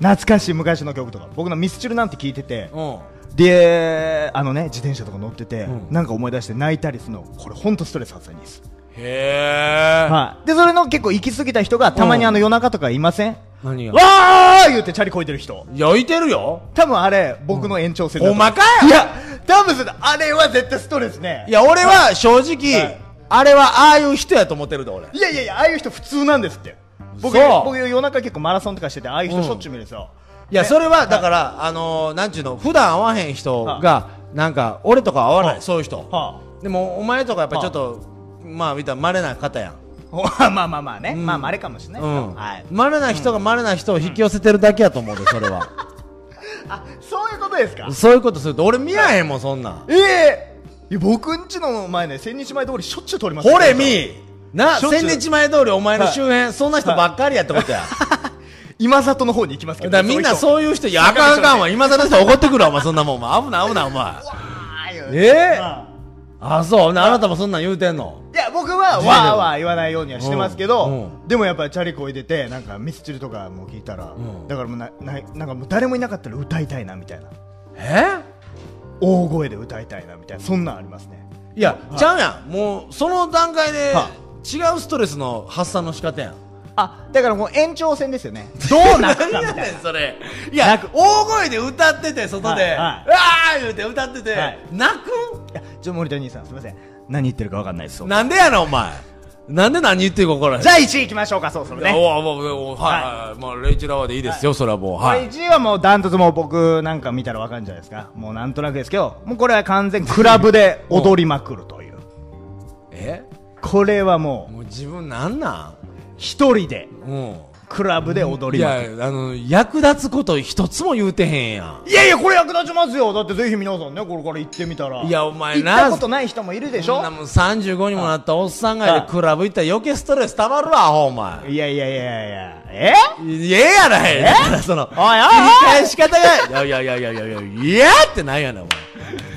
ら懐かしい昔の曲とか僕のミスチルなんて聞いてて
う
であのね自転車とか乗ってて、
うん
なんか思い出して泣いたりするのこれほんとストレス発散にいいです、
んへえ
はい、でそれの結構行き過ぎた人がたまにあの夜中とかいません、
何が
わー言ってチャリこいてる人
焼いてるよ
多分あれ僕の延長線だと
ほん
思
ま
う
かい
いや多分それあれは絶対ストレスね
いや俺は正直、
はい
あれはああいう人やと思ってるで俺
いやいやいや、ああいう人普通なんですって。僕、
そう
僕夜中結構マラソンとかしてて、ああいう人しょっちゅう見るんですよ。
いや、それはだから、あのーなんちゅうの普段会わへん人がなんか俺とか会わない、
はい
そういう人、
は
でもお前とかやっぱり
は
ちょっ
い
と、まあ見たら稀な方やん
あ まあまあまあね、
ん
まあまああれかもしれないけ
う
ど、
ん、
はい
稀な人が稀な人を引き寄せてるだけやと思うで それは
あそういうことですか
そういうことすると俺見やへんもんそんなん
ええいや僕んちの前ね千日前通りしょっちゅう通りますよ
ほれみな
しょっちゅ
千
う
日前通りお前の周辺、そんな人ばっかりやってことや、
今里の方に行きますけ
だか
ど
らみんなそういう人いやあかんあかんわ今更の人怒ってくるわお前そんなもんお前危ない危ないお前
う
ええあそうなあなたもそんなん言うてんの
いや僕はわ
ジェネ
ーわー言わないようにはしてますけど、
うんう
でもやっぱりチャリこいでてなんかミスチルとかも聞いたら、
ん
だからもうなななんかもう誰もいなかったら歌いたいなみたいな
え
大声で歌いたいなみたいなそんなんありますね
いや、ちゃうやんもうその段階で
は
違うストレスの発散の仕方やん
あだからもう延長戦です よねどうなったみたい
何や
な
ねんそれいや大声で歌ってて外で、
はいう
わ
は
ー言うて歌ってて、
はい
泣
いやちょ森田兄さんすみません何言ってるかわかんないです
くなんでやなお前なんで何言ってるか分からへん
じゃあ1位いきましょうかそろそろ
いや
ね
おおおおはいはいはいまあレイチェラワーでいいですよ、それはもう
こ
は
れ
い
1位はもうダントツもう僕なんか見たらわかるんじゃないですかもうなんとなくですけどもうこれは完全にクラブで踊りまくるという
え
これはもう
もう自分なんなん
一人で
うん
クラブで踊
い
りまく
や
る
あの役立つこと一つも言うてへんやん
いやいやこれ役立ちますよだってぜひ皆さんねこれから行ってみたら
いやお前な
行ったことない人もいるでし
そん
ょ
なもん35にもなったおっさんがやで
はい
クラブ行ったら余計ストレスたまるわアホお前
いやいやいやいやえ
いやええやないだからその
おいおいおい
言い返し方がいやいやいやいやいやいやいやってないやねんお前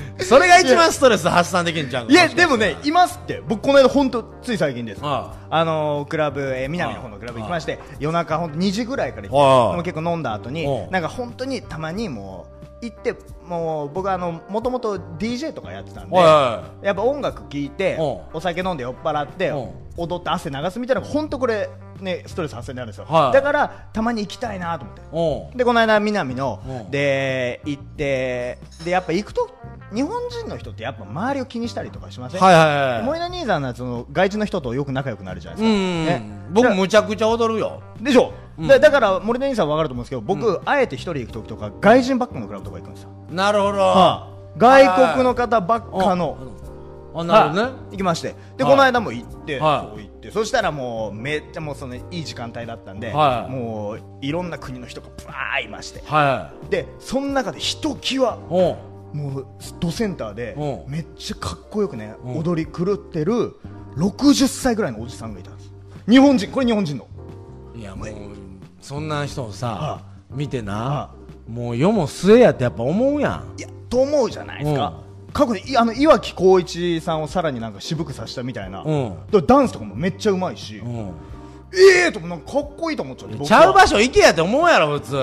それが一番ストレス発散できんじゃん
いやでもねいますって僕この間本当つい最近です
あ
あのークラブ、えー南の方のクラブ行きまして夜中本当2時ぐらいから行
ああ
ってでも結構飲んだ後
お
に
う
なんか本当にたまにもう行ってもう僕はあのもともと DJ とかやってたんで
おいお
やっぱ音楽聴いて
おう
お酒飲んで酔っ払って
お
踊って汗流すみたいな本当これねストレス発散になるんですよ
はい
だからたまに行きたいなと思って
おう
でこの間南
う
の
ん
で行ってでやっぱ行くと日本人の人ってやっぱ周りを気にしたりとかしません
はいはいは
萌えの兄さんはその外人の人とよく仲良くなるじゃない
いう
ですか、
ん僕むちゃくちゃ踊るよ
でし
うん
ょ、でだから森の兄さんは分かると思うんですけど僕、あえて一人行く時とか外人ばっかのクラブとか行くんですよ、
なるほど
はい外国の方ばっかの、
あなるほどね
はい行きましてで、
はい
この間も行って、
はい
そう行ってそしたらもうめっちゃもうそのいい時間帯だったんで、
はい
もういろんな国の人がぶわーいまして
は
でその中でひときわ
いおう
もうドセンターで
うん
めっちゃかっこよくね
うん
踊り狂ってる60歳ぐらいのおじさんがいたんです日本人これ日本人の
いやもうそんな人をさ
は
見てな
は
もう世も末やってやっぱ思うやん
いやと思うじゃないですか、過去にいあの岩城浩一さんをさらになんか渋くさせたみたいな、
うん
だからダンスとかもめっちゃうまいし、
うん
ええー、ともなんかかっこいいと思っちゃって僕は
ちゃう場所行けやって思うやろ普通、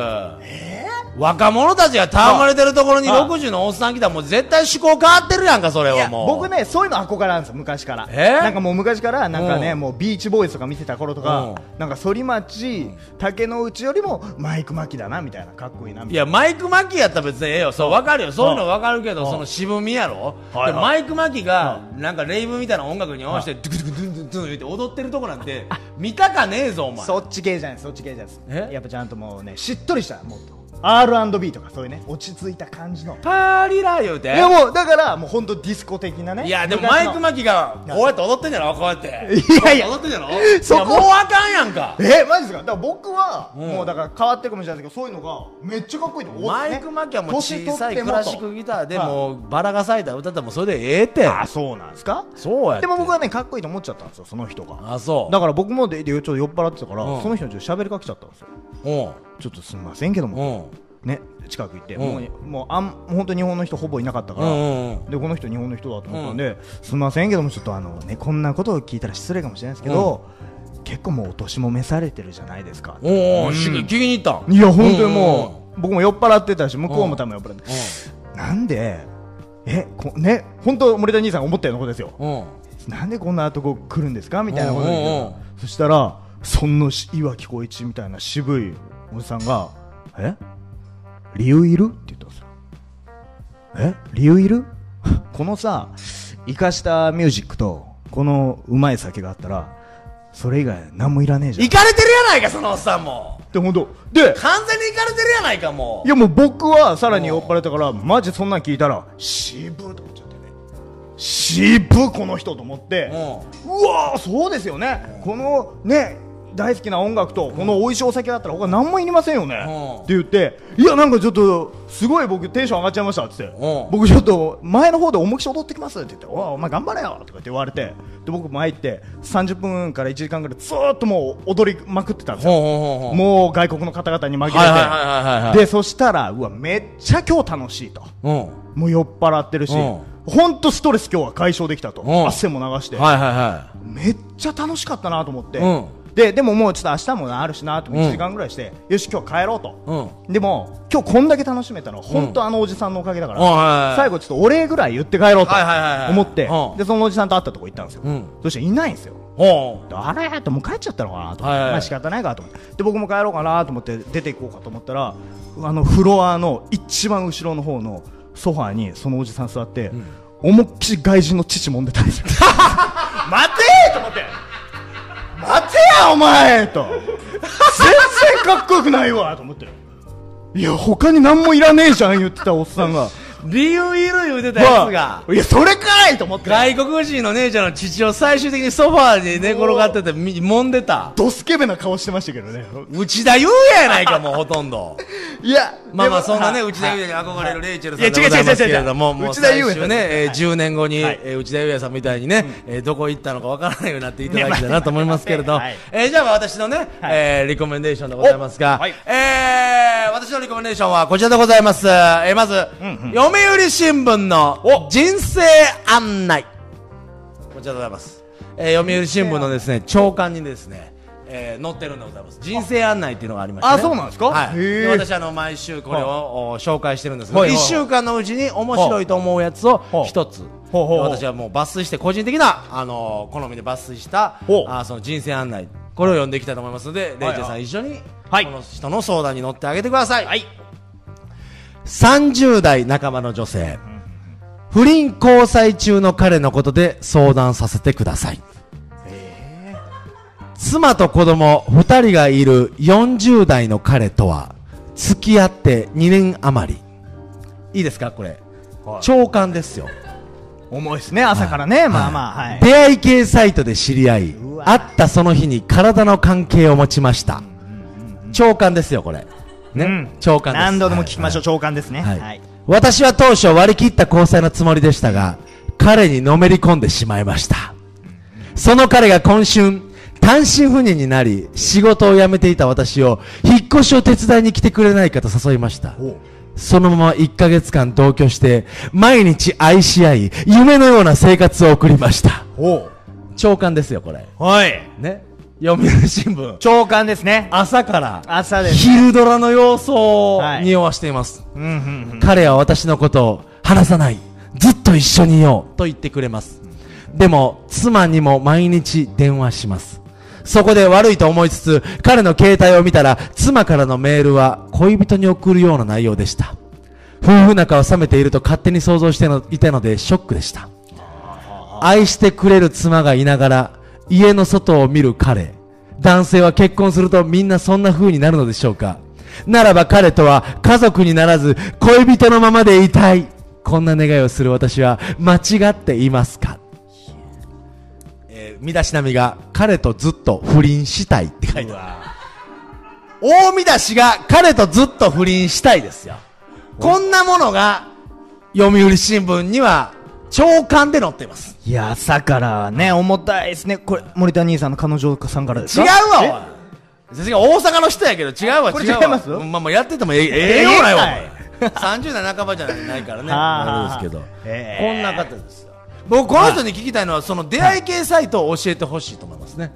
若者たちが戯れてるところに
はい
60のおっさん来たらもう絶対思考変わってるやんかそれ
いや
はもう
僕ねそういうの憧れなんですよ昔から、
えー
なんかもう昔からなんかね、
うん
もうビーチボーイズとか見てた頃とか、
う
なんか反町竹の内よりもマイク・マキだなみたいなかっこいいなみ
い
たい
やマイク・マキやったら別にええよそう分かるよそういうの分かるけどその渋みやろ、
はいはい
でマイク・マキがなんかレイブみたいな音楽に合わせてドゥクドゥクドゥンドゥンドゥン言って踊ってるとこなんて見たかねえぞお
な
前
そっち系じゃないですそっち系じゃないで
え
すやっぱちゃんともうねしっとりしたもっと R&B とかそういうね落ち着いた感じの
パーリラ言うて
いやもうだからもう本当ディスコ的なね
いやでもマイク・
マ
マキがこうやって踊ってんじゃろこうやって
いやいや
こうって踊ってんじゃろ
そ
い
こ
やもうあかんやんか
えマジですかだから僕は、
うん
もうだから変わってるかもしれないですけどそういうのがめっちゃかっこいいと思う
マイク・マキはもう小さいクラシックギターで
はい
もうバラが咲いた歌ったらもうそれでええって
あそうなんですか
そうやって
でも僕はねかっこいいと思っちゃったんですよその人が
あそう
だから僕もででちょっと酔っ払ってたから、
うん
その人にちょっと喋りかけちゃったんですよ
うん
ちょっとすみませんけど
う
も、
ん
ね近く行って、
うん
もうもうあんもう本当日本の人ほぼいなかったか
う
ら、
んうん
でこの人日本の人だと思ったんで、すみませんけどもちょっとあのねこんなことを聞いたら失礼かもしれないですけど、結構もうお年も召されてるじゃないですか、
おお
うん
聞きに行ったん
いや本当にもう、僕も酔っ払ってたし向こうも多分酔っ払って
う、
なんでえこね本当森田兄さんが思ったようなことですよ
んうん
なんでこんなとこ来るんですかみたいなこと
うんうんうん
でそしたらそんなし岩城浩一みたいな渋いおじさんが「え理由いる?」って言ったんですよえ理由いる このさ生かしたミュージックとこのうまい酒があったらそれ以外何もいらねえじゃん
行かれてるやないかそのおっさんも
でで本当で
完全にいかれてるやないかも
いやもう僕はさらに酔っ払ったからマジそんなん聞いたら渋っと思っちゃってね渋っこの人と思ってうわーそうですよねこのね大好きな音楽とこの美味しいお酒だったら他何もいりませんよね
うん
って言っていやなんかちょっとすごい僕テンション上がっちゃいましたっつって
ん
僕ちょっと前の方で重きし踊ってきますって言っておいお前頑張れよとかって言われてで僕前行って30分から1時間ぐらいずーっともう踊りまくってたんですよ
ほうほうほうほう
もう外国の方々に紛れて、
はいはいはいはいはい
でそしたらうわめっちゃ今日楽しいと
うん
もう酔っ払ってるし、
うん
ほんとストレス今日は解消できたと、
うん
汗も流して、
はいはいは
めっちゃ楽しかったなと思って、
うん
ででももうちょっと明日もなあるしなと
ん
1時間ぐらいして、よし今日帰ろう
いうん
と、でも今日こんだけ楽しめたのほんとあのおじさんのおかげだから、
うんはいはい
最後ちょっとお礼ぐらい言って帰ろうと
はいはいはいはい
思って、
うん
でそのおじさんと会ったとこ行ったんですよ、
うん
そしたらいないんですよ
ほう
あれともう帰っちゃったのかなと、
はいはい
まあ仕方ないかと思ってで僕も帰ろうかなと思って出ていこうかと思ったらあのフロアの一番後ろの方のソファーにそのおじさん座って、思いっきり外人の父もんでた んですよ待てーと思って待てやお前と全然かっこよくないわと思っていや他に何もいらねえじゃん言ってたおっさんが
理由いる言うてた やつが
いやそれかいと思って
外国人の姉ちゃんの父を最終的にソファーに寝転がっててみ揉んでた
ドスケベな顔してましたけどね
内田優也やないかもうほとんど
いや
まあまあ
でも
そんなね、
はい
内田裕也に憧れるレイチェルさん
いや
でございますけれど
違
も、
う違う違う違う
もう
内田
最
裕也さん
終ね、えー10年後に
はい
えー内田裕也さんみたいにね、えーどこ行ったのかわからないようになっていただきたい
いやま
な
あ
と思いますけれど
はい、
えーじゃあ私のね、えーリコメンデーションでございますが
おはい、
えー私のリコメンデーションはこちらでございます。えーまず、読売新聞の人生案内。こちらでございます。えー読売新聞のですね、長官にですね、えー載ってるんでございます。人生案内っていうのがありましてね。
あそうなんですか
はい。
へー
で私あの毎週これをお紹介してるんですけど、
はい
1
はい
週間のうちに面白いと思うやつを
はあ
一つ。
ほうほうほう
私はもう抜粋して個人的なあの好みで抜粋した
ほう
あその人生案内これを読んでいきたいと思いますので、レイジェさん一緒にこ
はい
の人の相談に乗ってあげてください。
はい
30代半ばの女性、不倫交際中の彼のことで相談させてください。妻と子供2人がいる40代の彼とは付き合って2年余りいいですかこれ、
はい
長官ですよ
重いですね朝からね、まあまあはい
出会い系サイトで知り合いう
わ
会ったその日に体の関係を持ちました長官ですよこれね、
うん
長官です
何度でも聞きましょう、
う、
長官ですね
は
はいい、
私は当初割り切った交際のつもりでしたが彼にのめり込んでしまいましたその彼が今春単身赴任になり仕事を辞めていた私を引っ越しを手伝いに来てくれないかと誘いました
おう
そのまま1ヶ月間同居して毎日愛し合い夢のような生活を送りました
お
長官ですよこれ
はい
ね読売新聞
長官ですね
朝から
朝です
昼ドラの様相を
はい
匂わしています、
うんうんうん
彼は私のことを離さないずっと一緒にいようと言ってくれますでも妻にも毎日電話しますそこで悪いと思いつつ彼の携帯を見たら妻からのメールは恋人に送るような内容でした夫婦仲を冷めていると勝手に想像してのいたのでショックでした愛してくれる妻がいながら家の外を見る彼男性は結婚するとみんなそんな風になるのでしょうかならば彼とは家族にならず恋人のままでいたいこんな願いをする私は間違っていますかえー身だしなみが彼とずっと不倫したいって書いてある大見出しが彼とずっと不倫したいですよこんなものが読売新聞には長官で載っています
いや朝からね重たいですねこれ森田兄さんの彼女さんからです
違う
か
わおい先生が大阪の人やけど違うわ
これ
違うわ
違います
うんまあまあやっててもええええようないわお前30代半ばじゃないないからね
はあはあ
あれですけど、
え
こんな方ですよ僕この人に聞きたいのはその出会い系サイトを教えてほしいと思いますね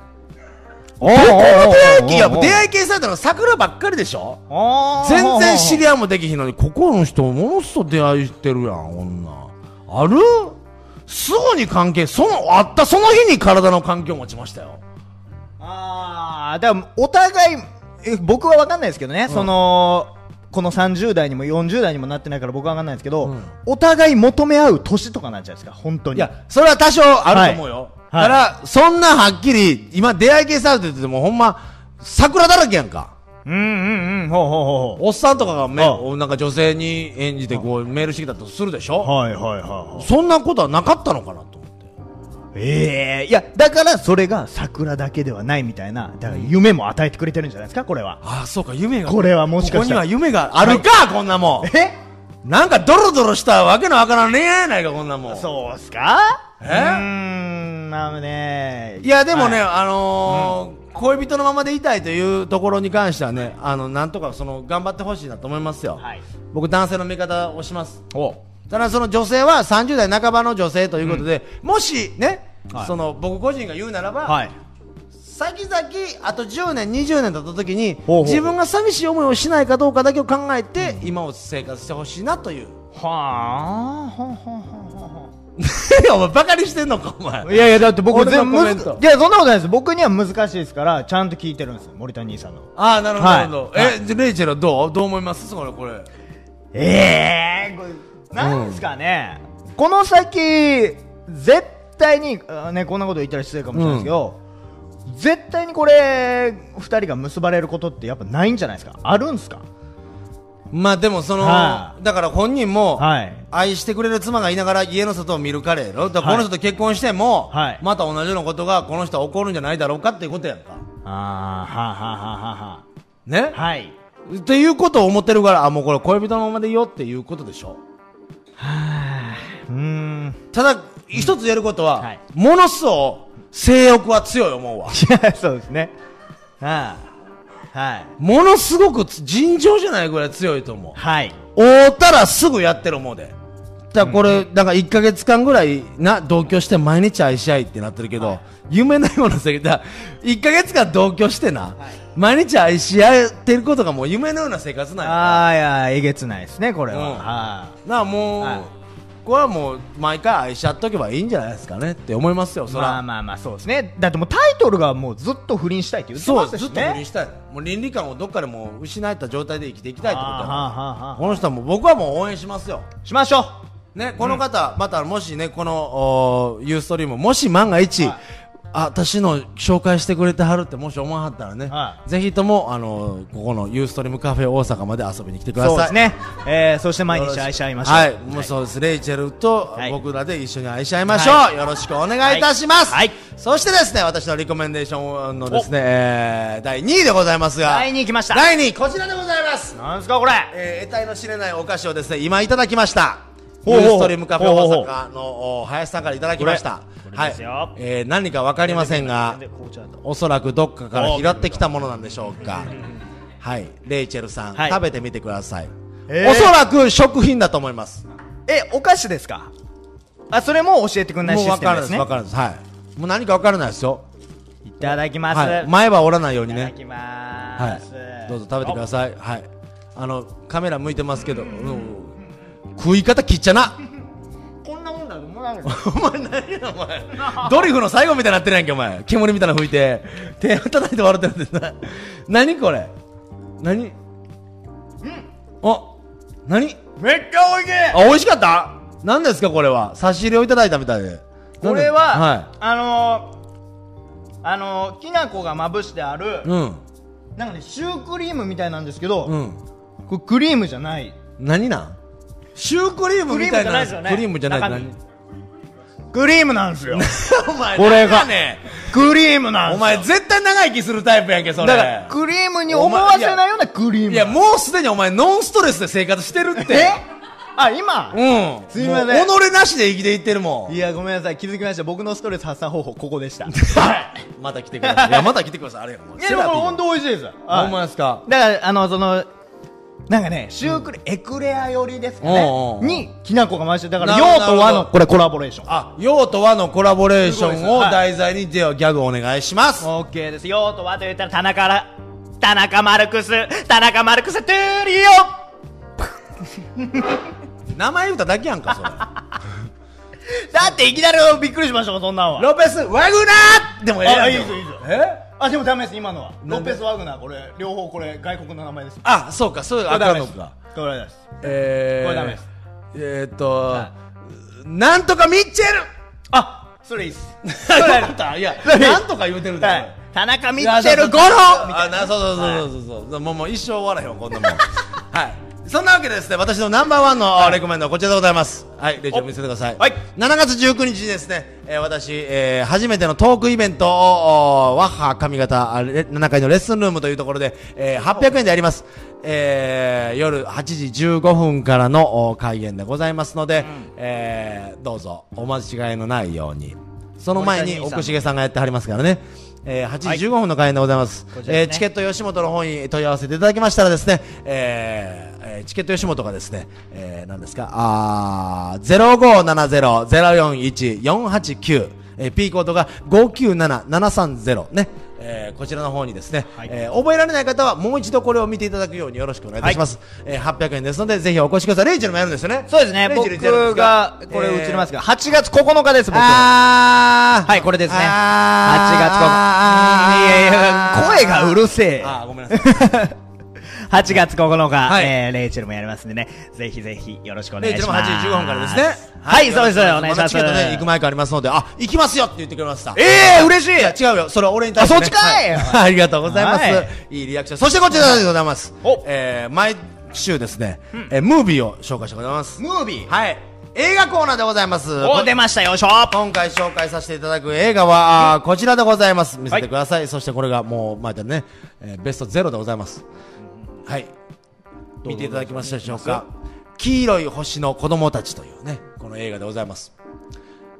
おおお
出会い系いやもう出会い系サイトの桜ばっかりでしょ
お
全然知り
合い
合いもできひんのにここの人ものすごい出会いしてるやん女あるすぐに関係そのあったその日に体の関係を持ちましたよ
ああだからお互いえ僕は分かんないですけどね、そのこの30代にも40代にもなってないから僕は分かんないですけど、
うん
お互い求め合う年とかなんじゃないですか本当に
いや、それは多少あると思うよ。
はい
だから、そんなはっきり、今出会い系サイトって言っても、ほんま、桜だらけやんか。
うんうんうんほうほうほう
おっさんとかがめ
あ
なんか女性に演じてこうメールしてきたとするでし
ほう
ょ
はいはいはいはい
そんなことはなかったのかなと思って
ええいやだからそれが桜だけではないみたいなだから夢も与えてくれてるんじゃないですかこれは
ああそうか夢が
これはもし
こ
か
こ
し
に
た
は
ら
夢があるか、こんなもん
え
なんかドロドロしたわけのわからん恋愛やないかこんなもん
そうっすか
え
うーんまあね
いやでもね、
は
あのー恋人のままでいたいというところに関してはねあのなんとかその頑張ってほしいなと思いますよ、
はい
僕男性の味方をしますただその女性は30代半ばの女性ということで、もしね、
はい
その僕個人が言うならば、
はい
先々あと10年20年経った時に
ほうほう
自分が寂しい思いをしないかどうかだけを考えて、今を生活してほしいな という
はあほんほんほんほんほん
お前バカにしてんのかお前
いやいや、だって僕
俺の
全部
コ
む
メン
ず
ト
か、いや、そんなことないです。僕には難しいですから、ちゃんと聞いてるんですよ、森田兄さんの。
ああなるほど、なるほど
はい
えじゃレイチェルはどうどう思いますそれこれ
ええー、これ、なんですかね、この先、絶対に、あね、こんなこと言ったら失礼かもしれないですけど、絶対にこれ、二人が結ばれることってやっぱないんじゃないですかあるんですか
まあでもその、
は
だから本人も、
はい
愛してくれる妻がいながら家の外を見る彼やろだから
は
こ
い
の人と結婚しても、
はい
また同じようなことがこの人は起こるんじゃないだろうかっていうことやんか
あー、はあ、は
ね、
あはあはあはあ。はい。
っていうことを思ってるからあもうこれ恋人のままでいいよっていうことでしょ
うーん。
ただ一つ言えることは、
はい
ものすごい性欲は強い思うわ
いやそうですね。はい、はい。
ものすごくつ尋常じゃないぐらい強いと思う
はい。
会うたらすぐやってる思うでだからこれ、なんか1か月間ぐらいな同居して毎日愛し合いってなってるけど、夢のような世界だ1か月間同居してな、毎日愛し合ってることがもう夢のような生活なんや
ああ、いや、えげつないですね、これは。
うん
はい。
なあもう、
はい
これはもう毎回愛し合っとけばいいんじゃないですかねって思いますよそら、
まあまあまあそうですねだってもうタイトルがもうずっと不倫したいって言って
そう
ま
ず
すし
っと不
ね
倫したいもう倫理観をどっかでもう失った状態で生きていきたいってこと
あー
や
はあはあ
この人はもう僕はもう応援しますよ
しましょう
ね、この方、またもしね、この、ユーストリーム、もし万が一、
はい
あ、私の紹介してくれてはるって、もし思わはったらね、
は
ぜひとも、あの、ここのユーストリームカフェ大阪まで遊びに来てください。
そうですね、えー、そして毎
よろし
日
く
愛し合いましょう
はい、もうそうです。レイチェルと
はい
僕らで一緒に愛し合いましょう。
は
よろしくお願いいたします。
はいはい
そしてですね、私のリコメンデーションのですね、えー第2位でございますが、
第二位来ました
第2位、こちらでございます。
なんですかこれ
えー得体の知れないお菓子をですね今いただきました
ほうほう
ユーストリームカフェ
ほうほうほ
大
う
阪のお林さんからいただきました
これ
は
これ
い
ですよ、
えー何か分かりませんが
で紅茶だと
おそらくどっかから拾ってきたものなんでしょうかはいレイチェルさん、
はい
食べてみてください、
えー
おそらく食品だと思います
えお菓子ですかあそれも教えてくんない
もう
シ
分
ステ
か
ム
るん
で
ですす
ね
分かるんですはいもう何か分からないですよ、
いただきます、
はい、
い
前歯折らないように
ただ
ね
きま
はい、
す、
どうぞ食べてください。はい、あのカメラ向いてますけど、うん食い方きっちゃ な。
こんなもんだと思わなかっ
お前何やお前。ドリフの最後みたいになってるやんけお前。煙みたいなの吹いて手を叩いて笑ってるってな。何これ？何？うん。あ、何？
ためっちゃ美味しい
あ、美味しかった？何ですかこれは？差し入れをいただいたみたいで。
これは、
は
あのー、あのー、きな粉がまぶしてある、
い。うん。
なんかねシュークリームみたいなんですけど、
うん。
これクリームじゃない
何なん？シュークリームみたい
クリームじゃ
な。
ないですよね
クリームじゃない。
クリームなんです よ
何お前
これが
何やねん
クリームなんですよ
お前絶対長生きするタイプやんけそ
だ
れ
からクリームに思わせないようなクリーム
いやもうすでにお前ノンストレスで生活してるって
えあ今
うん
すいません
もう己なしで生きていってるもん
いやごめんなさい気づきました僕のストレス発散方法ここで したい
また来てくださいいやまた来てくださいあれやもう
やでもこれ本当美味しいです
ほん
は
まですか
いだからあのそのなんかねシュークレ、エクレア寄りですか
お
ね
うおうおう
にきな粉が回してだから
なるほど
用と和
なる
の
ほ
これコラボレーション
あ用と和のコラボレーションを
そういうことです
題材にではギャグお願いします
オッケーですよ
用途はと言ったら田中ら田中マルクス田中マルクストゥーリ
名前言うただけやんか
だっていきなりびっくりしましたもんそんなん
そ
は
れロペス・ワグナーでもええやん
あいいぞいいぞ
え
あでもダメです今のは
な
ロ
んで
ペス・ワグナーこれ両方これ外国の名前です
あそうかそういう
これ
あ
ダ
か
メ
ん
で
の
す
か
これダメです
えー、
これダメです
えーっと、なんとかミッチェル
あそれいいっす
それやったいや、
何
なんとか言うてるで、
はい
田中ミッチェル五郎みたい
あなそうそうそうそうそうそう、もうもう一生終わらへんわこんなもん はいそんなわけでですね私のナンバーワンの、レコメンドはこちらでございますはいレジを見せてください、
はい
7月19日にですね、えー私、えー初めてのトークイベントをおーワッハ上方あレ7階のレッスンルームというところで、えー800円でやります、えー夜8時15分からのお開演でございますので、えーどうぞお間違いのないようにその前に
森田兄さん
奥重さんがやってはりますからね、えー8時15分の開演でございます、
こちら
え
ですね
ーチケット吉本の方に問い合わせていただきましたらですね、えーえーチケット吉本がですね、えー、何ですか、あー、0570-041-489、えー、P コードが597-730ね、えーこちらの方にですね、
はい
えー覚えられない方はもう一度これを見ていただくようによろしくお願いいたします。えー800円ですので、ぜひお越しください。レイジェルもやるんですよね。
そうですね
レイジェルやるんで
僕
すか
がこれ映ります
えー
が8月9日です僕
あー
はいこれですね8月
あー
9日いやいや声がうるせえ
あーごめんなさい。
8月9日、
はい
えーレイチェルもやりますんでねぜひぜひよろしくお願い
レイ
し
チェ
ま
ル
す
も8時15分からですね。
はい、そうですお願いし
だ
ま
チ
す
ケットね、行く前からありますので、あ、行きますよって言ってくれました。
ええ嬉しい
いや、違うよ。それは俺に対して、ね。
あそっちかい
はありがとうございます。、
はい
いリアクション。そしてこちらでございます。
お
えー、毎週ですね、えームービーを紹介してございます。
ムービー
はい。映画コーナーでございます。
お
こ
出ましたよいしょ
今回紹介させていただく映画は、あーこちらでございます。見せてください。そしてこれがもう、まだね、えーベストゼロでございます。はい。見ていただきましたでしょうか。黄色い星の子供たちというね、この映画でございます。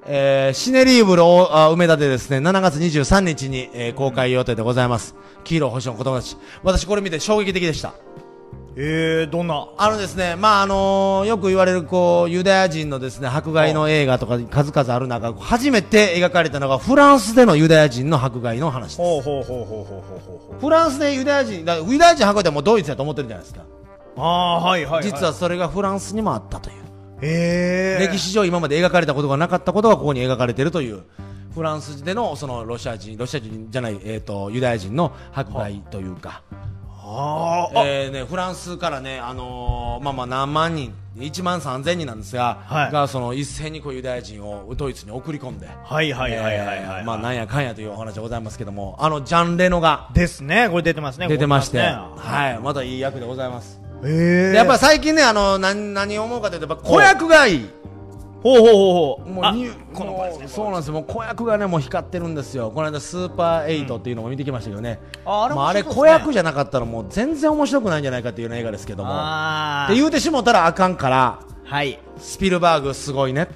えーシネリーブルをあ梅田でですね、7月23日に、えー公開予定でございます。黄色い星の子供たち。私これ見て衝撃的でした。
えー、どんな
あのですね、まああのよく言われるこうユダヤ人のですね迫害の映画とか数々ある中、初めて描かれたのがフランスでのユダヤ人の迫害の話です。
ほうほうほうほうほうほうほうほう
フランスでユダヤ人、だユダヤ人迫害ってもうドイツだと思ってるじゃないですか。
あーはいはい、はい、
実はそれがフランスにもあったという。
えー、
歴史上今まで描かれたことがなかったことがここに描かれているというフランスでのそのロシア人ロシア人じゃない、えー、とユダヤ人の迫害というか、
あーあ
えーね、フランスからね、あのーまあ、まあ何万人1万3000人なんですが,、
はい
がその一斉にこうユダヤ人をドイツに送り込んで。
はいはいはいはいはい、
えーまあなんやかんやというお話でございますけどもあのジャン・レノが
ですねこれ出てますね
出てまして、
ここにますね
はい、またいい役でございます、
えー、
でやっぱ最近ねあの何何を思うかというとやっぱ子役がいい
ほうほうほうほう
も
あ
うにこのそうなんですよもう子役がねもう光ってるんですよこの間スーパーエイトっていうのも見てきましたけどね、
ああれ
まあ、あれ
面白そ
子
うですね
役じゃなかったらもう全然面白くないんじゃないかっていうような映画ですけども
あ
って言うてしもたらあかんから
はい
スピルバーグすごいね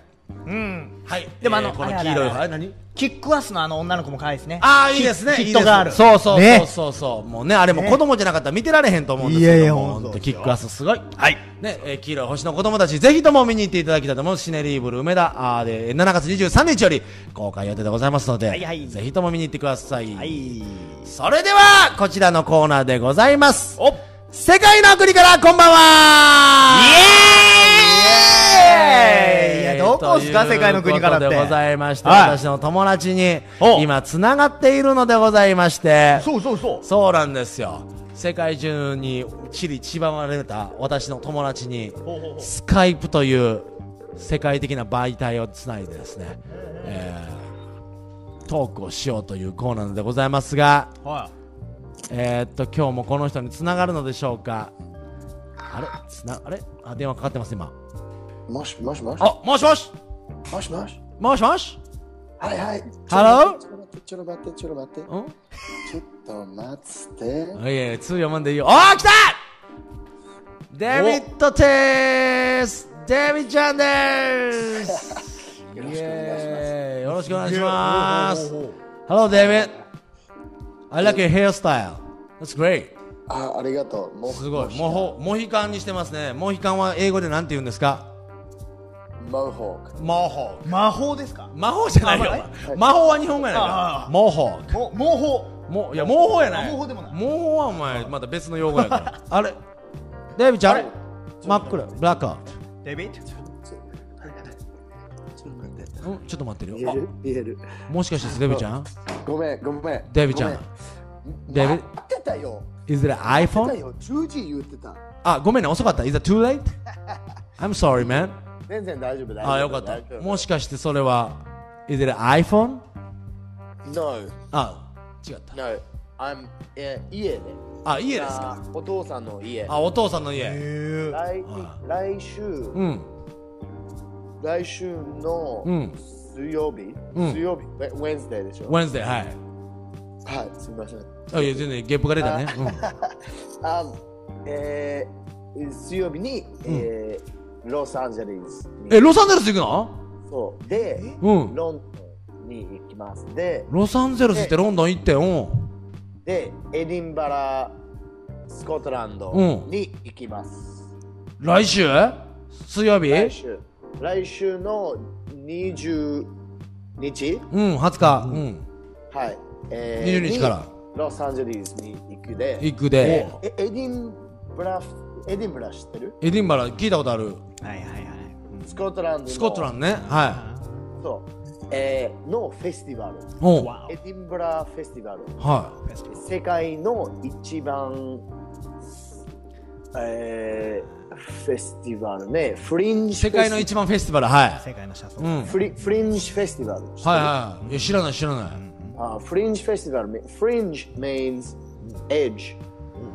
うん
はい
でもあの
この
あれ
黄
あれ
色い
あれ
あれ何
キックアスのあの女の子も可愛いですね
ああいいですね
ヒッ
いい
ヒッ
です
トガール
そうそう
ね
そうそうそう、もうねあれも子供じゃなかったら見てられへんと思うんですけども
いやいや
ほん
ほん
と
と
キックアスすごい
はい
ね、えー、黄色い星の子供たち、ぜひとも見に行っていただきたいと思います。シネリーブル梅田あーで、7月23日より公開予定でございますので、
はいはい
ぜひとも見に行ってください。
はい
それでは、こちらのコーナーでございます。
お
世界の国からこんばんは
イエーイいやどこっすか
という
世界の国からって
ことでございまして、
はい
私の友達に
お
今つながっているのでございまして、
そうそうそう
そうなんですよ世界中にちりちばまれた私の友達に
ほうほうほう
スカイプという世界的な媒体をつないでですね、えートークをしようというコーナーでございますが
は
えーっと今日もこの人につながるのでしょうかあれつなあれあ電話かかってます今
もしもしもし
あもしもし
もしもし
もしもし
はいはい。
Hello？
ちょっと待って、ちょっと待って、ちょっと待って、
ん
ちょっと待って。
あいやいや、通読まんでいいよ。おー、来たデビッドでーすデビッドちゃんでーす
よろしくお願いします
イエーイよろしくお願い
い
しま
ほ
す
うほうほうほ
Hello, David. I like your hairstyle. That's great.
あ、ありがとう。も
すごい。モホ、モヒカンにしてますね。モヒカンは英語でなんて言うんですか
モホーク。
モホ
う魔法ですか
魔法じゃないよ。魔法は日本語やない
あ
か
あ
ら。モホ
も魔法
もいや、猛法やない。
あ猛法でもない
猛法はお前、また別の用語やから。あれデイビちゃん、真っ暗、ブラックアウ
デビッド
ちょちょっと待って。
ト。うん、ちょっと待ってる
言
よ。
える言える。
あもしかして、デビちゃん
ごめん、ごめん。
デビちゃん
ご
デ
め
ビ
ん。待ってたよ。
Is it an
待って
iPhone?
たよ。10時言ってた。
あ、ごめんね、遅かった。Is it too late? I'm sorry, man.
全然大丈夫だ。
あ、よかっ
大丈
た。
夫
もしかして、それは、Is it an iPhone?
No.
あ、違った。
No, I'm え家で。
あ、家ですか。
お父さんの家。
あ、お父さんの家。
え
来
は
来週、
うん。
来週の
うん
水曜日、
うん
水曜日、ウェ Wednesday でしょ。
Wednesday、はい。
はい、すみません。
あ、いや、全然ゲップが出たね。うん。
あ、えー、水曜日に、えーロサンゼルスに
え、ロサンゼルス行
そうで、
くのうん。
ロンドンに行きます。で、
ロサンゼルスってロンドン行って、うん。
でエディンバラ、スコットランド
うん
に行きます。
来週水曜日
来週、来週の20日、
うん、20日。うん。
はい、え
20日から
にロサンゼルスに行くで、
行くで。
えエディンブラフエディンブラ知ってる
エディンバラ聞いたことある。
はいはいはい
スコットランドの
スコットランドね。は
そう、えーのフェスティバル
い。うん。
わ
エディンブラフェスティバル
は
世界の一番、えーフェスティバルねフリン
い。
ジ
世界の一番フェスティバル、はい。
世界の車窓、
うん。はい
フリフリンジフェスティバルはい
はい。いや、知らない、知らない。
あフリンジフェスティバルフリンジ means edge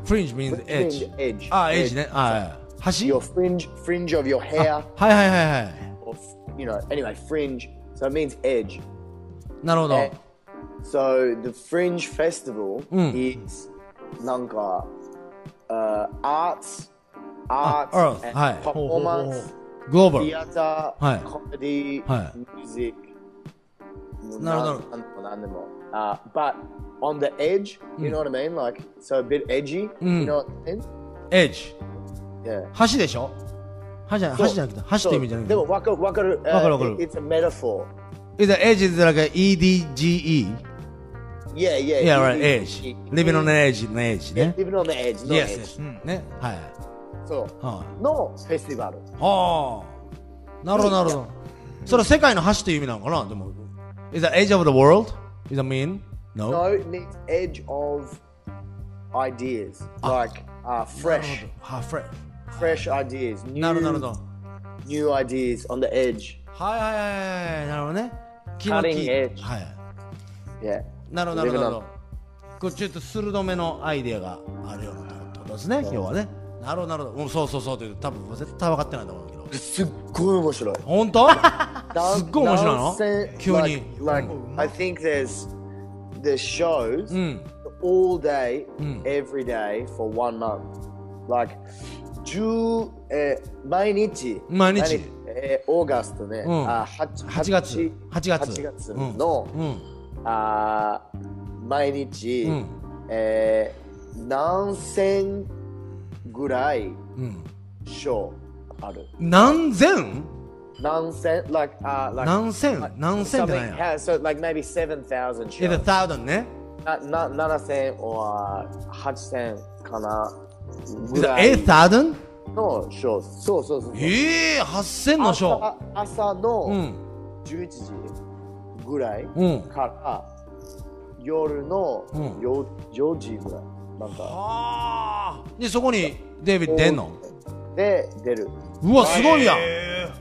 Fringe means edge.
edge
あ、エッジね。はい。
your
橋
fringe fringe of your hair
はいはいはいはい。
or, you know anyway fringe so it means edge
なるほど。
え So the Fringe Festival
うん
is なんか、uh, arts,
あ
arts,
Ah, Earth
and
はい
performance,
グローバル。
theater,
はい
comedy,
はい
music.
なるほど
なんなんでもなんでも。Uh, but on the edge, you
Hmm.
know what I mean? Like, so a bit edgy,
うん
you know what I mean?
エッジ。
Yeah.
橋でしょ橋じゃない、橋じゃなくて、橋って意味じゃな
そう
く
で
て。
もわかるわかる。
わかるわかる
uh, It's a metaphor.
Is that edge is like a EDGE?
Yeah, yeah.
Yeah, right,
it-
edge.
it-
Living on an edge, an edge ね。
Living on the edge, not edge.
Yes, Oh. yes. ね。はい。
そう。
は
のフェスティバル。
い。はあ。なるほど、なるほど。それは世界の橋という意味なのかなでも。Is that edge of the world? Is that mean?
No,
No?
it means edge of ideas, like
な
uh,
るほ
fresh,
ど。は、フレ
fresh ideas, new,
なるほど、なるほど。
new ideas on the edge.
はいはいはいはいなるほどね気
Cutting edge
はい
Yeah,
なるほどなるほどな
Living
るほどこれちょっと鋭めのアイデアがあるようなってことですね今日はねなるほどなるほどうんそうそうそうという多分絶対分かってないと思うんだけど
すっごい面白い。
本 当すっごい面白いの
Nonsense-
急に
Like, like, I think there's there's shows
うん
all day,
うん
every day for one month. Like, eh, 10, えー毎日、
毎日
えーオーガストね、
うん
あ8
8月8月
8月
Mm.
の、
うん
あー毎日、
うん
えー何千ぐらい
うん
賞ある
何千
何千 like, uh, like,
何千何千ってなん
something
や
has- so like maybe 7,000
i t
賞
thousand ね
なな7000 or 8000かな
Is
ぐ
it
らい
eight thousand?
の賞そうそうそうそう
ええ八千のショー
朝朝
う
の
ん
11時ぐらい
うん
から夜の
うん
よ4時ぐらいなんか
はあでそこにデイビッド出んの
で出る
うわすごいやん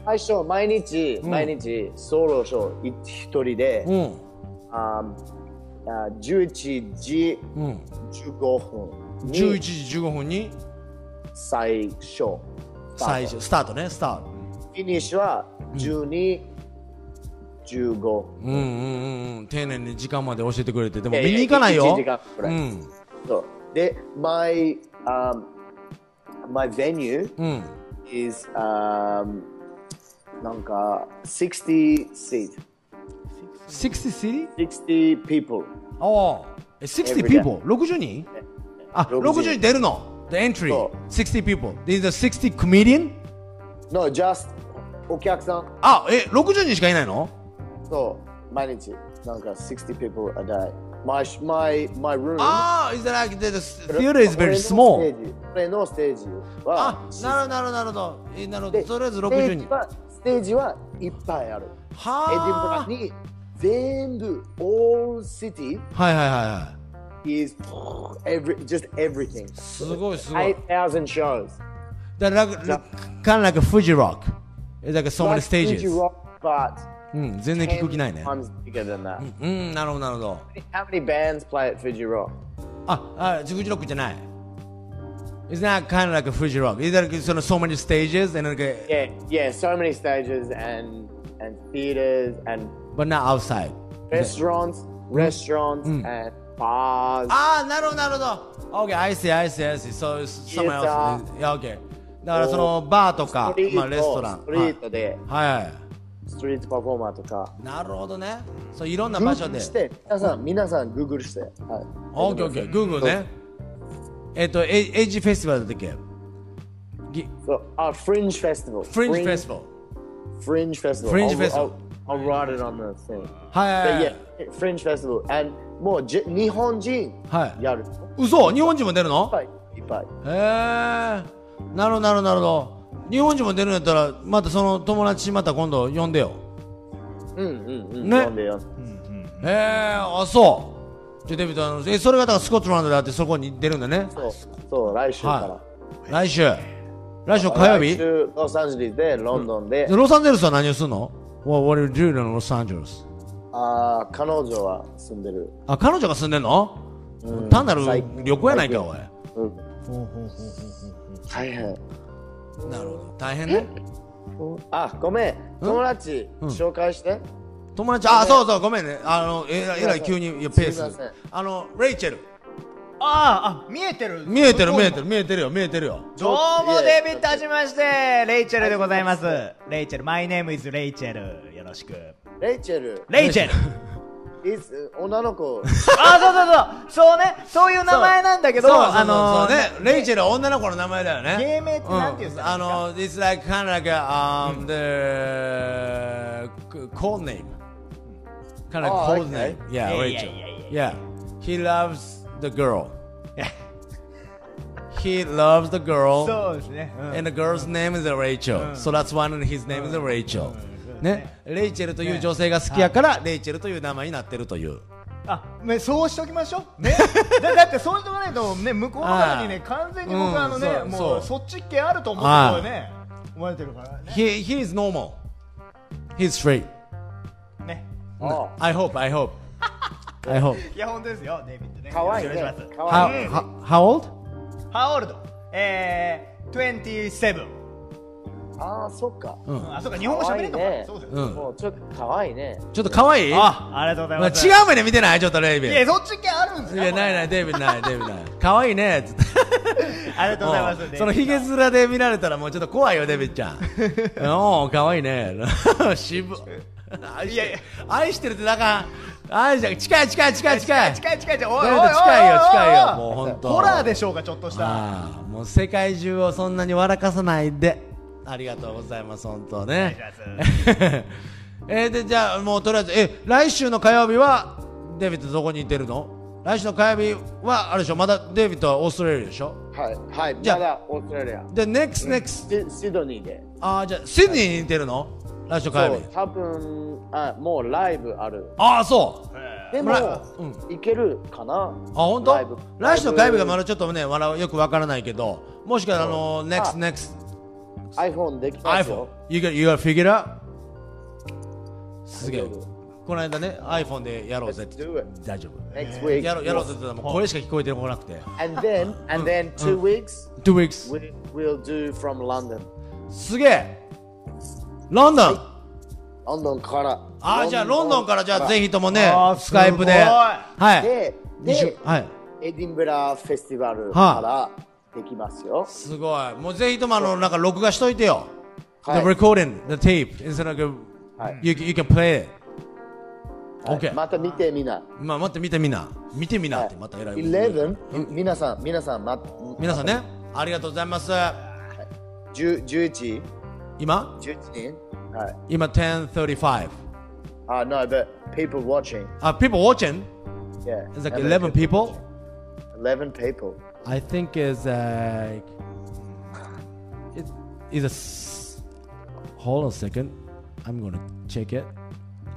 最初毎日、毎日ソロショーい一人で、
うん
ああ11時
うん
15分
11
に
時15分に
最初
最初スタートねスタート
フィニッシュは12、15
うんうんうんうん丁寧に時間まで教えてくれてでも
ええ
見に行かないよ
1時間くらい
うん
そうで my,、um, my venue
うん
is、um, なんか60 seat
60 city?
60 people
ああえ60 people? 60人あ60
60
人出るの The entry
そ
60 people These are 60 comedian?
no just お客さん
あえ60人しかいないの
そう、毎日、なんか60 uh, people a day。My, my, my room.
ああ Is that like the theater Ah! is very small Ah,
俺のステージは
あ、なるほどなるほどなるほどえなるほど
で
とりあえず
ステ
60
ージ
人
は、ステージはいっぱいある。エディ
はあ
ンブラに全部、all city
はいはいはいはい
is every, just everything.
すごいすごい。
8,000 shows.
That like, kind of like a Fuji rock. It's like so many
Like
stages.
Fuji rock, but
うん、全然聞く気ないね。
Times bigger than that.
うん、なるほど、なるほど。
How many bands play at Fuji Rock?
あ、あ、フジロックじゃない。It's not kind of like a Fuji rock. It's like so, so many stages and like, a-
Yeah, yeah, so many stages and and theaters and
but not outside.
restaurants,
Mm.
restaurants and bars.
ああ、なるほど、なるほど。OK、I see, I see, I see. So, it's somewhere else. Yeah, OK. だからそのバーとか
ストリー、ト
まあ、レストラン。
ストリートで、
はい、はいは
ストリートパフォーマーとか。
い。なるほどね。そういろんな場所で。Oh,
Google して、皆さん、皆さん、グーグルして。はい。
オーケーオーケー、グーグルね。えっと、エイエイジフェスティバルだったっけぎ
そう、あ、Fringe Festival。
フリンジフェスティバル。
Fringe Festival。
Fringe Festival
I'll, I'll, I'll write it on the thing.
はいはいは
But
い。
yeah, Fringe Festival. And もうじ日本人
はい
やる。
嘘日本人も出るの
いっぱいいっぱい。
へえー、なるほどなるほどなるほど日本人も出るんやったらまたその友達また今度呼んでよ
うんうんうん。
ね
飲んでよ。
へえー、あそうじゃあデビッドあのえそれがだからスコットランドであってそこに出るんだね
そう、そう来週か
はい来週来週
ら。
火曜日
来週、ロサンゼルスで、ロンドンで、
でロサンゼルスは何をするの What, what do you do in Los Angeles?
あー彼女は住んでる。
あ彼女が住んでんの、単なる
最
旅行やないかおい
うん。大変。
なるほど大変ね
あ、ごめん。友達、紹介して。
友達あそうそうごめんねあのえらえらい急にいやペー
すいませ
ス
ん
あのレイチェル
あーあ見えてる
見えてる見えてる見えてるよ見えてるよ
どうもデビットはじめましてレイチェルでございますレイチェル My name is レイチェルよろしく
レイチェル、
レイチェル
いつ女の子、
あそうそうそうそうねそういう名前なんだけど
そうそうそう
あの
そうねレイチェルは女の子の名前だよね
芸名ってなんて言うんですか
あの It's like kind of like a, um, the code name kind of
Oh,
code
okay.
name yeah
Yeah,
Rachel
yeah,
yeah he loves the girl he loves the girl
そうですね、うん
And the girl's name is Rachel. So that's one and his name is Rachel. ね、レイチェルという女性が好きやから、レイチェルという名前になってるという。
あ、ね、そうしときましょう。ね、 だだってそうしとかないとね向こうの方にね完全に
うん
僕あのね、
そう
も
そ
うそっち系あると思ってるね思われてるからね。
He, he is normal. He's straight.
ね
I hope, I hope. I hope.
いや本当ですよデイビッドね。
可愛い
よろしくお願
ね
いしま。す。
可
How,
愛い。
how, how old?
How old? えー、27。
ああ、そっか。
あ、そうか日本語喋れんのか。
可愛いね
そうですよ。
うん。
もうちょっと可愛いね。
ちょっと可愛いま
あ、ありがとうござい
あ
ます。
違う目で見てないちょっとレイビ
い
ー。
やそっち系あるんです
い
よ。
や、ない
い。
ない、デイビーない、デイビーない。可愛いね、 つって。
ありがとうございます。
うんそのヒゲ面で見られたらもうちょっと怖いよ、デビッちゃん。 うん、可愛いね。 渋っ。愛してる愛してるってなんか、愛してる。近い近い近い近い。
近い近い近い。おいおい
デ
おい
ビ
おいおい
ット近いよ、近いよ。もう本当。
ホラーでしょうかちょっとした。
ああ、もう世界中をそんなに笑かさないで。ありがとうございます、本当ね。 えーで、じゃあもうとりあえず、え、来週の火曜日は、デビットどこに行ってるの来週の火曜日は、あれでしょ、まだデビットはオーストラリアでしょ
はい、はい。ま
じゃあ
だオーストラリア。
で、next next
シシドニーで。
ああじゃあシドニーに似てるの来週火
そ
曜日
う、多分、あ、もうライブある。
ああそう
でも、いけるかな
あ本当
ライブ
来週の火曜日が
ラ
ま
イ
だちょっとね笑うよくわからないけどもしかしたらあのー、
あ
next next
ブ iPhone できたんです
iPhone
よ。
you got you got figure it out すげえ
大丈夫
この間ね iPhone でやろうぜって言って
Let's do
大丈夫
Next week.
やろうやろうぜって言ったらもう声しか聞こえてこなくて
And then,
Mm.
and then two weeks,
two weeks
we will do from London.
すげえロンドン
ロンドンから。
ああじゃあロンドンからじゃあぜ
ひ。
ひともね
あー
スカイプです
ごい
はい
で、
二週
で、
はい
エディンブラフェスティバルからできますよ。
すごい。もうぜひともあのなんか録画しといてよ。
はい
The recording, the tape, it's like a,
はい
you you can play it.
はい
OK
また見てみな。
まあ待って見てみんな、見てみんなってまた偉い。
11、皆さん、皆さん、ま、
皆さんね、ありがとうございます。
10 11?
今
11人はい。
今10:35.
あ、no, Ah, but people watching.
あ、people watching?
Yeah.
It's like 11 people.
11 people.
I think is like it is a s- hold on a second. I'm gonna check it.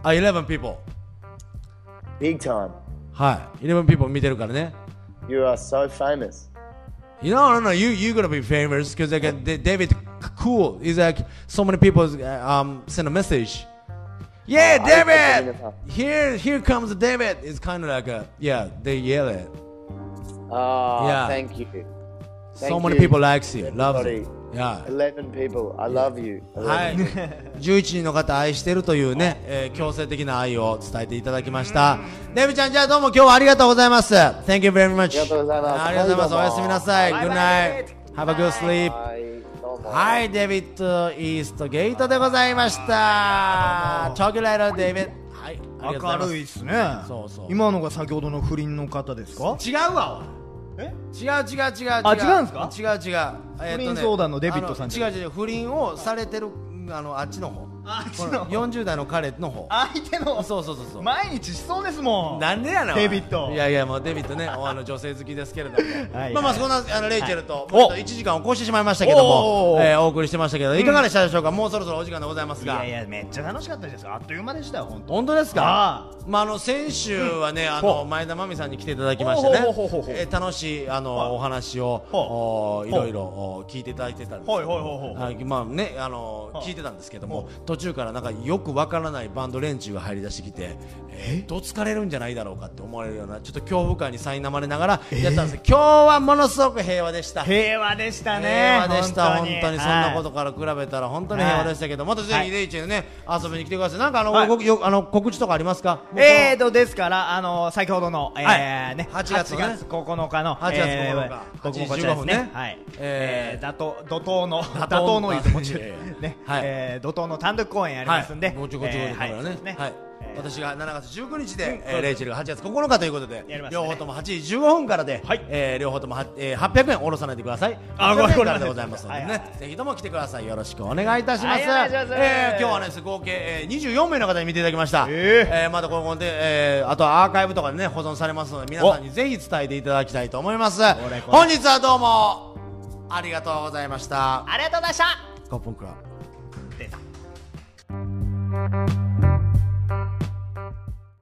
あ、11 people.
Big time.
はい、11 people 見てるからね。
You are so famous.
You know, no, no, you you gonna be famous because like uh, Da- David Cool is like so many people uh, um send a message. Yeah,
Uh, I-
David! Here, here comes David! It's kind of like a, yeah, they yell it. Yeah.
Ah, thank you.
so
Thank
many
you,
people likes you, loves you.
everybody.
Yeah.
11 people. I love you. 11
はい、11人の方愛してるというね、えー強制的な愛を伝えていただきました。デブちゃん、じゃあどうも今日はありがとうございます。Thank you very much. あり
がとうございます
ありがとうございます。お
はい
やすみなさい。
バイ
Good
バイ
night. Have a good sleep.
はい、どうも。
はい、デビッド・イーストゲートでございました。チョキライラデビッド。はい、ありがとうござい
明
ます
るいっすね
そうそう
今のが先ほどの不倫の方ですか
違うわおい
え
違う違う違う違う
あ違うんすか
違う違う、えーっとね
不倫相談のデビッドさん
あの
じ
違
ゃ
う違う不倫をされてるあのあっちの方
あっち
こ
の
40代の彼の方
相手の
そうそうそうそう
毎日しそうですもん
なんでやなおい
デビッド
いやいやもうデビッ ドねおあの女性好きですけれども
はい
まあまあそんなあのレイチェルと
お
もう1時間を越してしまいましたけども
お
お,、
ー
えーお送りしてましたけどいかがでしたでしょうか、もうそろそろお時間でございます
い
が
やいやめっちゃ楽しかったですあっという間でしたよ本当
本当ですか
あ
まああの先週はね、あの
ほ
前田真美さんに来ていただきましてね
ほうほうほうほうほう
えー楽しいあの、
はい
お話を
ほ
お
う
ーい
ほう
ろいろお聞いていただいてたんですけど
はいはいはいはい
あまあねあの、
はい
聞いてたんですけど
は
も
い
途中からなんかよくわからないバンド連中が入り出してきて、えー、どつかれるんじゃないだろうかって思われるようなちょっと恐怖感に苛まれながらやったんですけど、今日はものすごく平和でした。
平和でしたね
平和でした本当にそんなこ
は
とから比べたら本当に平和でしたけど、またぜ
は
ひ
い
レイチェルね遊びに来てくださいなんかあの、
はい
ごよあの告知とかありますか
いえーとですからあの先ほどのえ
は
ーね
8月のね
8月9日の
8月
え
9
ー
日
僕もこち
8時15
らです
分
ね
ね
はい
え
え
ー
ー怒涛怒 涛の
涛
怒
の
涛のいつもちろん
いやいや
ね
はい
えー怒涛の単独公演ありますんで
はい、もうちょこちょこ
えー
だから
は
ね
いそうですね
はい
えー
私が7月19日で、えーレイチェルが8月9日ということで、
やりますね
両方とも8時15分からで、
はい
えー両方ともは、えー、800円下ろさないでください800
あ
円
ごめん
か
な
ら
さい
でございますのでね、
はいはい
ぜひとも来てくださいよろしくお願いいたし
は
ます,、
いお願いします
えー今日はね合計、えー、24名の方に見ていただきました、
え
えーまたこので、えーあとはアーカイブとかでね保存されますので皆さんにぜひ伝えていただきたいと思います
れこれ
本日はどうもありがとうございました
ありがとうございました
コップンクラブ